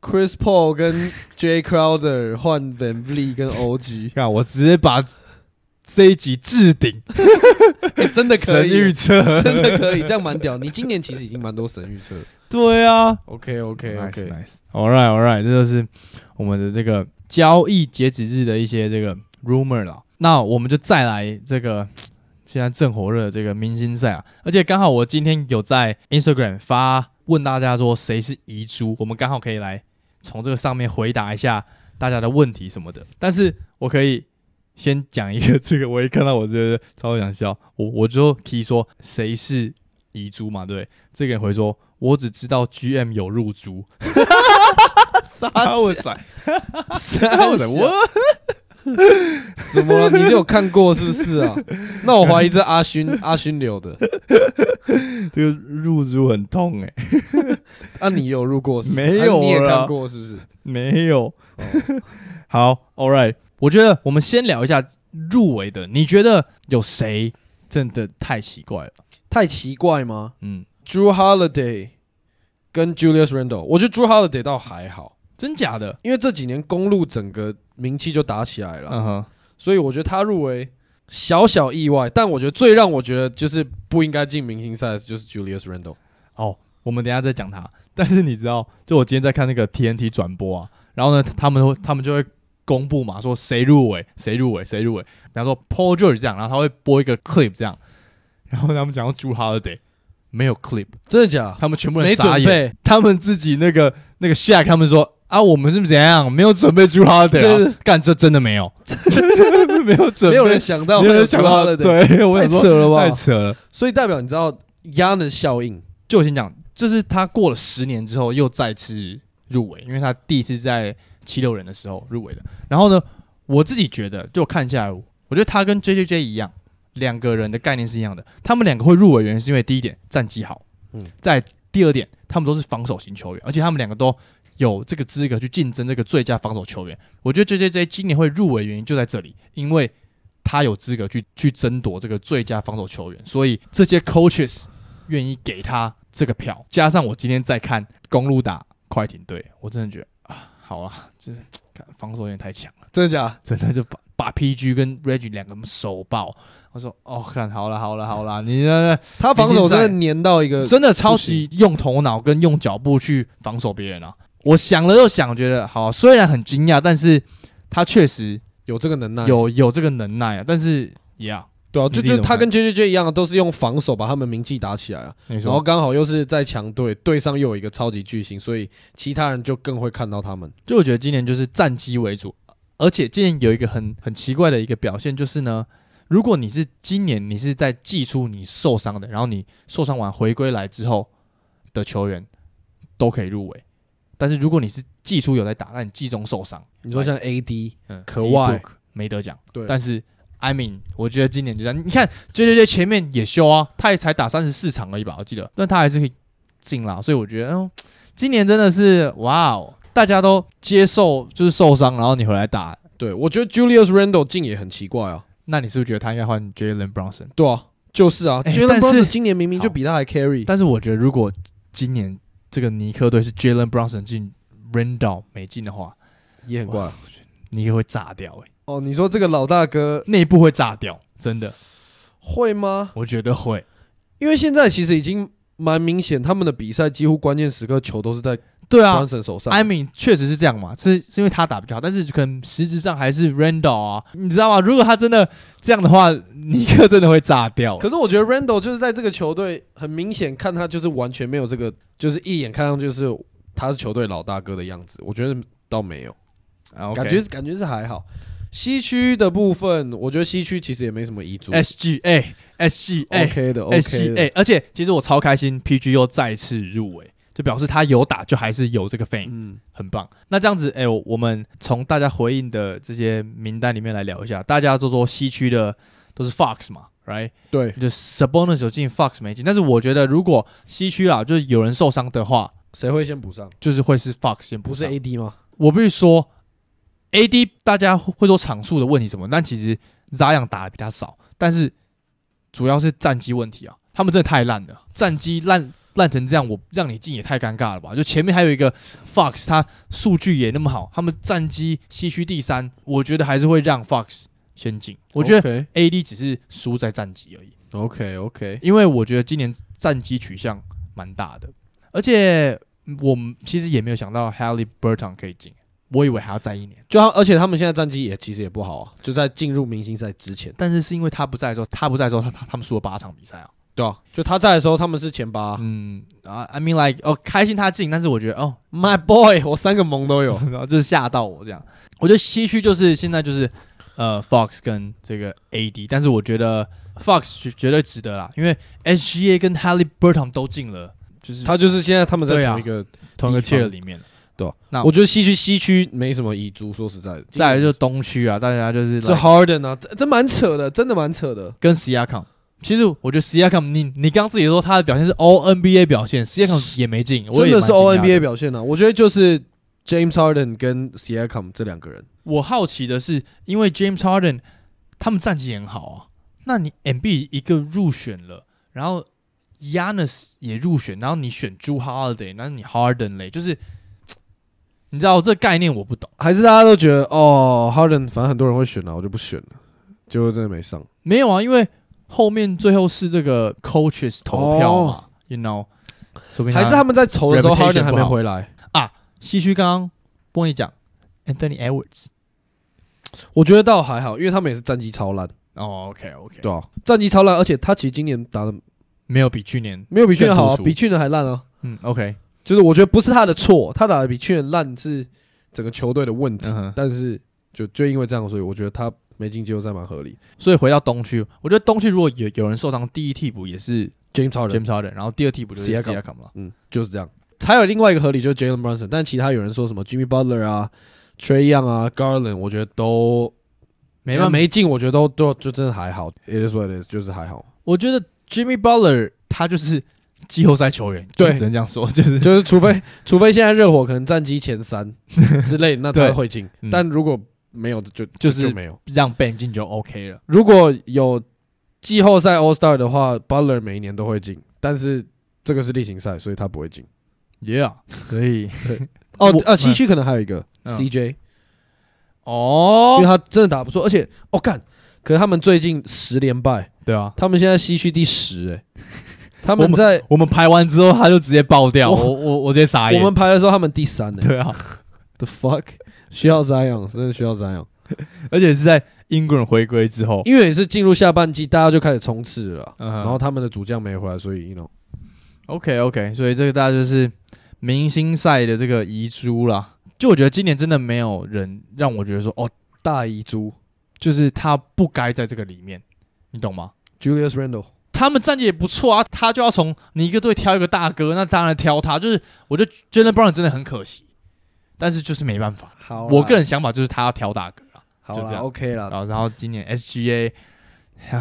Speaker 2: h r i s Paul 跟 J Crowder 换 Van Vliet 跟 OG， <laughs>
Speaker 1: 看，啊我直接把这一集置顶
Speaker 2: 哎、真的可
Speaker 1: 神预
Speaker 2: 以，
Speaker 1: 测。
Speaker 2: <laughs> 真的可以，这样蛮屌。你今年其实已经蛮多神预 <laughs> 测。
Speaker 1: 对啊，
Speaker 2: OK OK
Speaker 1: Nice,
Speaker 2: OK，
Speaker 1: nice. All right, all right，这就是我们的这个交易截止日的一些这个 rumor 了。那我们就再来这个现在正火热的这个明星赛啊，而且刚好我今天有在 Instagram 发问大家说谁是遗珠，我们刚好可以来从这个上面回答一下大家的问题什么的。但是我可以先讲一个，这个我一看到我觉得超想笑，我我就提说谁是遗珠嘛，对不对，这个人回说我只知道 GM 有入珠，
Speaker 2: 杀
Speaker 1: 啊，我塞，
Speaker 2: <laughs> 杀
Speaker 1: 我塞，我
Speaker 2: 什么了？你是有看过是不是
Speaker 1: <laughs>
Speaker 2: 啊？那我怀疑这阿勋阿勋留的，
Speaker 1: 这个入珠很痛哎、
Speaker 2: 啊，你有入过是不是？
Speaker 1: 没有
Speaker 2: 啊你也
Speaker 1: 啦
Speaker 2: 看过是不是？
Speaker 1: 没有。好，All right，我觉得我们先聊一下入围的，你觉得有谁真的太奇怪了？
Speaker 2: 太奇怪吗
Speaker 1: 嗯，
Speaker 2: ？Drew Holiday 跟 Julius Randle，我觉得 Drew Holiday 倒还好，
Speaker 1: 真假的？
Speaker 2: 因为这几年公路整个名气就打起来了，
Speaker 1: 嗯哼，
Speaker 2: 所以我觉得他入围小小意外，但我觉得最让我觉得就是不应该进明星赛的就是 Julius Randle。
Speaker 1: 哦，我们等一下再讲他。 <laughs> 但是你知道，就我今天在看那个 TNT 转播啊，然后呢，他们会他们就会公布嘛，说谁入围，谁入围，谁入围。比方说 Paul George 这样，然后他会播一个 clip 这样，然后他们讲到 Drew Holiday 没有 clip，
Speaker 2: 真的假？
Speaker 1: 他们全部人
Speaker 2: 没
Speaker 1: 傻
Speaker 2: 准
Speaker 1: 眼，
Speaker 2: 备，
Speaker 1: 他们自己那个那个 Shaq 他们说啊，我们是怎样没有准备 Drew
Speaker 2: 对
Speaker 1: Holiday 啊？干这真的
Speaker 2: <laughs>
Speaker 1: 没有，没有准备，
Speaker 2: 没有人想到
Speaker 1: 没
Speaker 2: 会
Speaker 1: 有
Speaker 2: 有
Speaker 1: 人想
Speaker 2: Jrue
Speaker 1: 到
Speaker 2: Holiday，
Speaker 1: 对，我
Speaker 2: 太
Speaker 1: 想说
Speaker 2: 扯了吧
Speaker 1: 太？扯了。
Speaker 2: 所以代表你知道压的效应，
Speaker 1: 就我先讲，就是他过了十年之后又再次入围，因为他第一次在七六人的时候入围的。然后呢，我自己觉得，就我看下来，我觉得他跟 J J J 一样，两个人的概念是一样的。他们两个会入围，原因是因为第一点战绩好，
Speaker 2: 嗯
Speaker 1: 嗯，在第二点他们都是防守型球员，而且他们两个都有这个资格去竞争这个最佳防守球员。我觉得 J J J 今年会入围的原因就在这里，因为他有资格去去争夺这个最佳防守球员，所以这些 coaches 愿意给他这个票。加上我今天在看公路打快艇队，我真的觉得啊，好啊，就是看防守有点太强了，
Speaker 2: 真的假的？
Speaker 1: 真的就把把 PG 跟 Reggie 两个手爆。我说哦，看好了好了好了，你呢？
Speaker 2: 他防守真的黏到一个，
Speaker 1: 真的超级用头脑跟用脚步去防守别人啊！我想了又想，觉得好，虽然很惊讶，但是他确实
Speaker 2: 有这个能耐。
Speaker 1: 有有这个能耐啊。但是也啊，
Speaker 2: 对啊，
Speaker 1: 你自
Speaker 2: 就
Speaker 1: 己
Speaker 2: 就
Speaker 1: 怎
Speaker 2: 是
Speaker 1: 么
Speaker 2: 他
Speaker 1: 看
Speaker 2: 跟 J J J 一样啊，都是用防守把他们名气打起来啊。
Speaker 1: 你
Speaker 2: 然后
Speaker 1: 说，
Speaker 2: 刚好又是在强队，队上又有一个超级巨星，所以其他人就更会看到他们。
Speaker 1: 就我觉得今年就是战绩为主，而且今年有一个很很奇怪的一个表现，就是呢，如果你是今年你是在季初你受伤的，然后你受伤完回归来之后的球员都可以入围，但是如果你是季初有在打，但你季中受伤，
Speaker 2: 你说像 AD，
Speaker 1: 嗯，
Speaker 2: 可外
Speaker 1: Book 没得奖。
Speaker 2: 对
Speaker 1: 但是 I mean，我觉得今年就这样。你看 J J J 前面也修啊，他也才打三十四场而已吧，我记得，但他还是可以进啦。所以我觉得，嗯，今年真的是哇哦，大家都接受就是受伤，然后你回来打，
Speaker 2: 对我觉得 Julius Randle 进也很奇怪啊。
Speaker 1: 那你是不是觉得他应该换 Jalen Brunson？
Speaker 2: 对啊，就是啊
Speaker 1: 哎
Speaker 2: ，Jalen
Speaker 1: 但是
Speaker 2: Brunson 今年明明就
Speaker 1: 好
Speaker 2: 比他还 carry，
Speaker 1: 但是我觉得如果今年这个尼克队是 Jalen Brunson 进 Randall 没进的话，
Speaker 2: 也很怪。啊
Speaker 1: 尼克会炸掉、欸，
Speaker 2: 哦，你说这个老大哥
Speaker 1: 内部会炸掉，真的，
Speaker 2: 会吗？
Speaker 1: 我觉得会。
Speaker 2: 因为现在其实已经蛮明显，他们的比赛几乎关键时刻球都是在
Speaker 1: 对啊，
Speaker 2: Brunson 手上。
Speaker 1: I mean，确实是这样嘛，是是因为他打比较好，但是可能实质上还是 Randall 啊，你知道吗？如果他真的这样的话，尼克真的会炸掉。
Speaker 2: 可是我觉得 Randall 就是在这个球队很明显看他就是完全没有这个，就是一眼看上去就是他是球队老大哥的样子。我觉得倒没有。
Speaker 1: 啊，OK
Speaker 2: 感觉是感觉是还好。西区的部分，我觉得西区其实也没什么遗珠
Speaker 1: SG 哎 SG 哎
Speaker 2: OK 的
Speaker 1: SG
Speaker 2: ，OK 的，
Speaker 1: 哎，而且其实我超开心，PG 又再次入围，就表示他有打，就还是有这个 fame，、
Speaker 2: 嗯，
Speaker 1: 很棒。那这样子，哎、我我们从大家回应的这些名单里面来聊一下，大家都说西区的都是 Fox 嘛，right？
Speaker 2: 对，
Speaker 1: 就 Sabonis 有进，Fox 没进，但是我觉得如果西区啦，就是有人受伤的话。
Speaker 2: 谁会先补上？
Speaker 1: 就是会是 Fox 先补
Speaker 2: 不是
Speaker 1: 上
Speaker 2: AD 吗？
Speaker 1: 我必须说，AD 大家会说场数的问题什么，但其实 Zion 打的比他少，但是主要是战绩问题啊，他们真的太烂了，战绩烂烂成这样，我让你进也太尴尬了吧？就前面还有一个 Fox，他数据也那么好，他们战绩西区第三，我觉得还是会让 Fox 先进，我觉得。
Speaker 2: 得
Speaker 1: AD 只是输在战绩而已，
Speaker 2: OK OK，
Speaker 1: 因为我觉得今年战绩取向蛮大的，而且我们其实也没有想到 Halliburton 可以进，我以为还要再一年，
Speaker 2: 就他，而且他们现在战绩也其实也不好啊，就在进入明星赛之前，
Speaker 1: 但是是因为他不在的时候，他不在的时候，他他他们输了八场比赛啊。
Speaker 2: 对啊，就他在的时候他们是前八啊。
Speaker 1: 嗯啊，I mean like 哦，开心他进，但是我觉得哦，。
Speaker 2: My boy，我三个萌都有
Speaker 1: <laughs> 然后就是吓到我这样。我觉得西区就是现在就是呃 Fox 跟这个 AD，但是我觉得 Fox 绝绝对值得啦，因为 SGA 跟 Halliburton 都进了，就是
Speaker 2: 他就是现在他们在
Speaker 1: 对啊
Speaker 2: 同一个，
Speaker 1: 同一个
Speaker 2: 地方
Speaker 1: tier 里面了。啊
Speaker 2: 我觉得西区西区没什么遗珠，说实在的，
Speaker 1: 再来就是东区啊，大家就是
Speaker 2: 是 Harden 啊，这这蛮扯的，真的蛮扯的。
Speaker 1: 跟 Siakam。其实我觉得 Siakam，你你刚自己说他的表现是 O NBA 表现，Siakam 也没进，我
Speaker 2: 真
Speaker 1: 也蛮
Speaker 2: 的是
Speaker 1: 惊
Speaker 2: O
Speaker 1: 讶
Speaker 2: N B A。表现啊！我觉得就是 James Harden 跟 Siakam 这两个人，
Speaker 1: 我好奇的是，因为 James Harden 他们战绩也很好啊，那你 MB 一个入选了，然后 Yanis 也入选，然后你选 Drew Holiday，然后你 Harden 嘞，就是嘖你知道这概念我不懂。
Speaker 2: 还是大家都觉得哦，Harden 反正很多人会选啊，我就不选了，结果真的没上。
Speaker 1: 没有啊，因为后面最后是这个 coaches 投票嘛、y o u know，说不定
Speaker 2: 哦还是他们在投的时候
Speaker 1: Reputation
Speaker 2: ，Harden 还
Speaker 1: 不
Speaker 2: 没
Speaker 1: 好
Speaker 2: 回来。
Speaker 1: 西区刚刚波你讲 Anthony Edwards。
Speaker 2: 我觉得倒还好，因为他们也是战绩超烂，
Speaker 1: 哦，OK OK，
Speaker 2: 对啊，战绩超烂，而且他其实今年打的
Speaker 1: 没有比去年，
Speaker 2: 没有比去年好、啊，
Speaker 1: 更突出
Speaker 2: 比去年还烂啊。
Speaker 1: 嗯，OK，
Speaker 2: 就是我觉得不是他的错，他打的比去年烂是整个球队的问题，
Speaker 1: 嗯哼，
Speaker 2: 但是就就因为这样，所以我觉得他没进季后赛蛮合理。
Speaker 1: 所以回到东区，我觉得东区如果有有人受伤，第一替补也是
Speaker 2: James Harden
Speaker 1: James Harden，然后第二替补就是
Speaker 2: Siakam
Speaker 1: Siakam 了。
Speaker 2: 嗯，就是这样。还有另外一个合理就是 Jalen Brunson，但其他有人说什么 Jimmy Butler 啊、Trey Young 啊、Garland，我觉得都
Speaker 1: 没办法，
Speaker 2: 没进，我觉得都都就真的还好。It <laughs> is what it is，就是还好。
Speaker 1: 我觉得 Jimmy Butler 他就是季后赛球员，就
Speaker 2: 对
Speaker 1: 只能这样说， <laughs> 就是
Speaker 2: 就是除非 <laughs> 除非现在热火可能战绩前三之类，那他会进
Speaker 1: 嗯。
Speaker 2: 但如果没有，就
Speaker 1: 就
Speaker 2: 就是没有。
Speaker 1: 让 Bam 进就 OK 了。
Speaker 2: 如果有季后赛 All Star 的话，Butler 每一年都会进，但是这个是例行赛，所以他不会进。
Speaker 1: Yeah，所以
Speaker 2: 哦
Speaker 1: 我，
Speaker 2: 呃，西区可能还有一个
Speaker 1: 嗯
Speaker 2: CJ，因为
Speaker 1: 哦，
Speaker 2: 他真的打不错，而且哦干，可是他们最近十连败，
Speaker 1: 对啊，
Speaker 2: 他们现在西区第
Speaker 1: <laughs>
Speaker 2: 十，哎，他们
Speaker 1: 们
Speaker 2: 在
Speaker 1: 我们排完之后他就直接爆掉，
Speaker 2: 我
Speaker 1: 我我我直接傻
Speaker 2: 我
Speaker 1: 眼。
Speaker 2: 们排的时候他们第三，哎
Speaker 1: 对啊，
Speaker 2: ，the fuck，需要 Zion，真的需要 Zion。
Speaker 1: 而且是在英国人回归之后，
Speaker 2: 因为也是进入下半季，大家就开始冲刺了啊、
Speaker 1: 嗯
Speaker 2: 然后他们的主将没回来，所以 you know，
Speaker 1: OK OK，所以这个大家就是明星赛的这个遗珠啦。就我觉得今年真的没有人让我觉得说哦，
Speaker 2: 大遗珠
Speaker 1: 就是他不该在这个里面，你懂吗？
Speaker 2: Julius Randle，
Speaker 1: 他们战绩也不错啊，他就要从你一个队挑一个大哥，那当然挑他。就是我觉得 Jalen Brown 真的很可惜，但是就是没办法。
Speaker 2: 好啦，
Speaker 1: 我个人想法就是他要挑大哥啦。
Speaker 2: 哦好
Speaker 1: 就这
Speaker 2: 啦
Speaker 1: 样
Speaker 2: OK 啦
Speaker 1: 然。后然后今年 SGA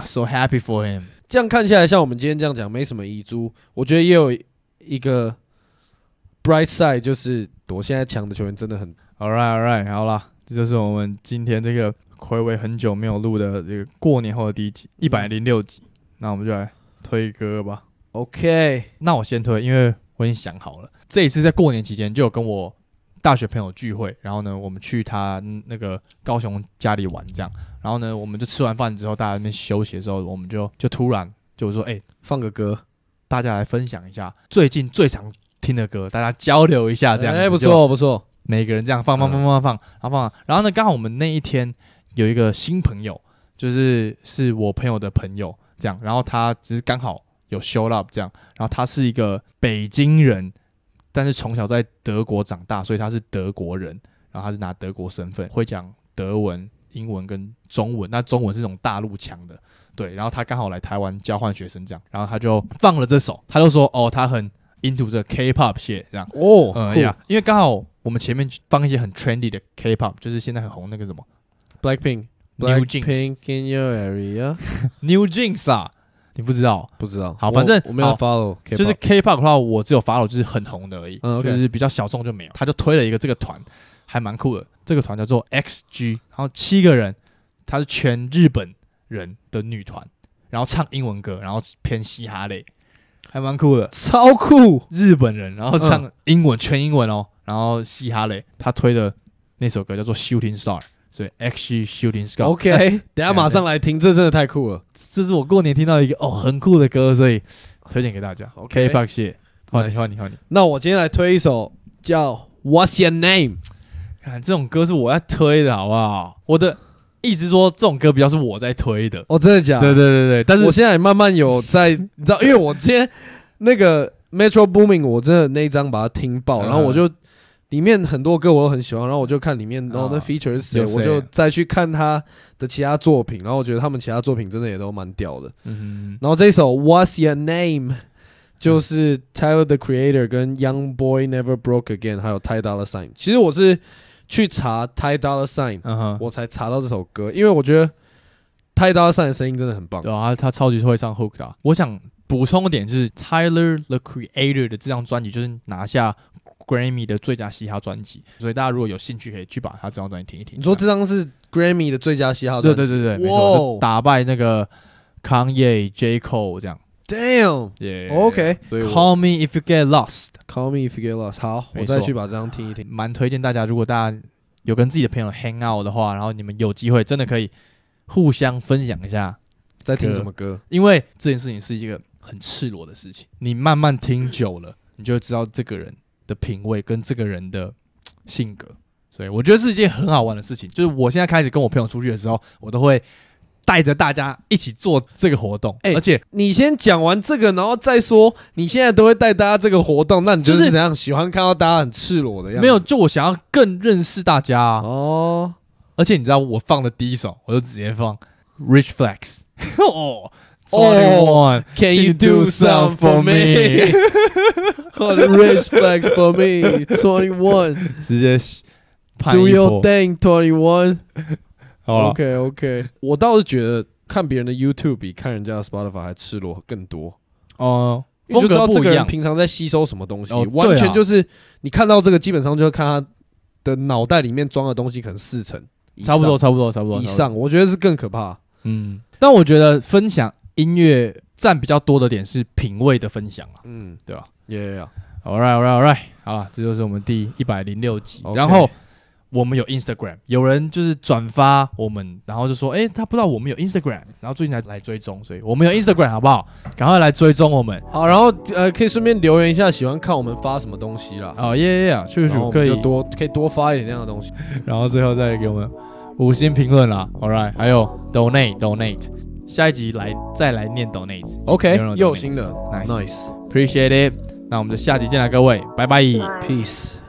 Speaker 1: so happy for him。
Speaker 2: 这样看下来，像我们今天这样讲，没什么遗珠，我觉得也有一个 bright side，就是我现在强的球员真的很
Speaker 1: All right, all right，好啦，这就是我们今天这个暌违很久没有录的这个过年后的第一集，
Speaker 2: 嗯
Speaker 1: 一百零六集。那我们就来推歌吧。
Speaker 2: OK。
Speaker 1: 那我先推，因为我已经想好了。这一次在过年期间就有跟我大学朋友聚会，然后呢，我们去他那个高雄家里玩这样。然后呢，我们就吃完饭之后，大家在那边休息的时候，我们就就突然就说，哎、
Speaker 2: 放个歌，
Speaker 1: 大家来分享一下最近最常听的歌，大家交流一啊下这样子。
Speaker 2: 哎，不
Speaker 1: 就
Speaker 2: 错不错，
Speaker 1: 每个人这样放放放放放放，然后放放，然后呢，刚好我们那一天有一个新朋友，就是是我朋友的朋友这样，然后他只是刚好有 show up 这样，然后他是一个北京人，但是从小在德国长大，所以他是德国人，然后他是拿德国身份，会讲德文、英文跟中文，那中文是从大陆抢的，对，然后他刚好来台湾交换学生这样，然后他就放了这首，他就说哦，他很 into 这 K-pop 些这样。
Speaker 2: 哦，
Speaker 1: 嗯
Speaker 2: 酷
Speaker 1: 呀，因为刚好我们前面放一些很 trendy 的 K-pop，就是现在很红那个什么
Speaker 2: Blackpink。
Speaker 1: New
Speaker 2: Blackpink in your area，
Speaker 1: New Jeans 啊，你不知道，
Speaker 2: 不知道。
Speaker 1: 好
Speaker 2: 我
Speaker 1: 反正
Speaker 2: 我没
Speaker 1: 好
Speaker 2: 有 follow，
Speaker 1: 就是
Speaker 2: K-pop
Speaker 1: K-pop 的话，我只有 follow 就是很红的而已，
Speaker 2: 嗯，OK
Speaker 1: 就是比较小众就没有。他就推了一个这个团，还蛮酷的，这个团叫做 XG，然后七个人，她是全日本人的女团，然后唱英文歌，然后偏嘻哈类，还蛮酷的。
Speaker 2: 超酷，
Speaker 1: 日本人，然后唱英文、全英文哦，然后嘻哈嘞，他推的那首歌叫做《Shooting Star》，所以 Actually Shooting Star。 <laughs>
Speaker 2: OK，等一
Speaker 1: 等一
Speaker 2: 下
Speaker 1: 下
Speaker 2: 马上来听，这真的太酷了。
Speaker 1: 哦这是我过年听到一个哦很酷的歌，所以推荐给大家。
Speaker 2: OK
Speaker 1: K-pop 谢，换你
Speaker 2: Nice
Speaker 1: 换你换你。
Speaker 2: 那我今天来推一首叫《What's Your Name》，
Speaker 1: 看这种歌是我在推的好不好？我的意思是说这种歌比较是我在推的。
Speaker 2: 哦，真的假
Speaker 1: 对对对对，但
Speaker 2: 但是
Speaker 1: 是
Speaker 2: 我现在也慢慢有在，你知道，因为我今天那个 Metro Booming，我真的那一张把它听爆，
Speaker 1: 嗯
Speaker 2: 然后我就里面很多歌我都很喜欢，然后我就看里面，然后那
Speaker 1: 啊
Speaker 2: feature 是谁，
Speaker 1: 有谁
Speaker 2: 我就再去看他的其他作品，然后我觉得他们其他作品真的也都蛮屌的。
Speaker 1: 嗯
Speaker 2: 然后这一首《What's Your Name》就是 Tyler the Creator 跟 Young Boy Never Broke Again，还有 Ty Dolla Sign。其实我是去查 Ty Dolla Sign。
Speaker 1: 嗯哼，
Speaker 2: 我才查到这首歌，因为我觉得泰达善的声音真的很棒。
Speaker 1: 对啊，他他超级会唱 hook 的啊、我想补充一点，就是 Tyler the Creator 的这张专辑就是拿下 Grammy 的最佳嘻哈专辑，所以大家如果有兴趣，可以去把他这张专辑听一听。
Speaker 2: 你说这张是 Grammy 的最佳嘻哈
Speaker 1: 这样对
Speaker 2: 专辑
Speaker 1: 对对对，没
Speaker 2: 哇
Speaker 1: 错，
Speaker 2: 哦
Speaker 1: 就打败那个 Kanye、J Cole 这样。
Speaker 2: ，Damn，OK，、
Speaker 1: Yeah,
Speaker 2: OK，所以我
Speaker 1: Call me if you get lost，
Speaker 2: Call Me If You Get Lost，好，我
Speaker 1: 没错
Speaker 2: 再去把这张听一听。
Speaker 1: 蛮推荐大家，如果大家有跟自己的朋友 hang out 的话，然后你们有机会真的可以互相分享一下
Speaker 2: 在听什么歌？
Speaker 1: 因为这件事情是一个很赤裸的事情，你慢慢听久了，你就会知道这个人的品味跟这个人的嘖性格。所以我觉得是一件很好玩的事情。就是我现在开始跟我朋友出去的时候，我都会带着大家一起做这个活动，
Speaker 2: 哎
Speaker 1: 而且
Speaker 2: 你先讲完这个，然后再说。你现在都会带大家这个活动，那你就
Speaker 1: 就是是
Speaker 2: 怎样喜欢看到大家很赤裸的样子？
Speaker 1: 没有，就我想要更认识大家、啊。
Speaker 2: 哦，
Speaker 1: 而且你知道我放的第一首，我就直接放 Rich Flex <laughs> 哦。
Speaker 2: 哦
Speaker 1: 21
Speaker 2: Can you do some for me?
Speaker 1: <laughs>
Speaker 2: Or the rich flags for me? Twenty one,
Speaker 1: 直接判
Speaker 2: do
Speaker 1: 一
Speaker 2: your
Speaker 1: 波。
Speaker 2: thing. Twenty one.
Speaker 1: 好了
Speaker 2: OK OK，我倒是觉得看别人的 YouTube 比看人家的 Spotify 还赤裸更多，
Speaker 1: 哦，
Speaker 2: 因你就知道
Speaker 1: 风格
Speaker 2: 这
Speaker 1: 不
Speaker 2: 个
Speaker 1: 一
Speaker 2: 人
Speaker 1: 样
Speaker 2: 平常在吸收什么东西，
Speaker 1: 哦对啊
Speaker 2: 完全就是你看到这个，基本上就会看他的脑袋里面装的东西可能四成以上
Speaker 1: 差不多，差不多，差不多。差
Speaker 2: 以
Speaker 1: 不多，
Speaker 2: 上，我觉得是更可怕。
Speaker 1: 嗯。但我觉得分享音乐占比较多的点是品味的分享啊。
Speaker 2: 嗯，
Speaker 1: 对啊
Speaker 2: 也
Speaker 1: All right, all right, all right，好了，这就是我们第一百零六集。
Speaker 2: OK
Speaker 1: 然后我们有 Instagram，有人就是转发我们，然后就说，哎、他不知道我们有 Instagram，然后最近才来追踪，所以我们有 Instagram 好不好？赶快来追踪我们。
Speaker 2: 好，然后呃，可以顺便留言一下，喜欢看我们发什么东西啦。
Speaker 1: 哦耶耶，确实
Speaker 2: 然后我们
Speaker 1: 可
Speaker 2: 就
Speaker 1: 以。
Speaker 2: 多可以多发一点那样的东西。
Speaker 1: 然后最后再给我们五星评论啦。All right，还有 donate donate，下一集来再来念 donate。
Speaker 2: OK，
Speaker 1: 有人有
Speaker 2: 又有
Speaker 1: donate
Speaker 2: 新的
Speaker 1: Nice
Speaker 2: ，nice，peace。
Speaker 1: Appreciate it，那我们就下集见啦，各位，拜拜。
Speaker 2: Peace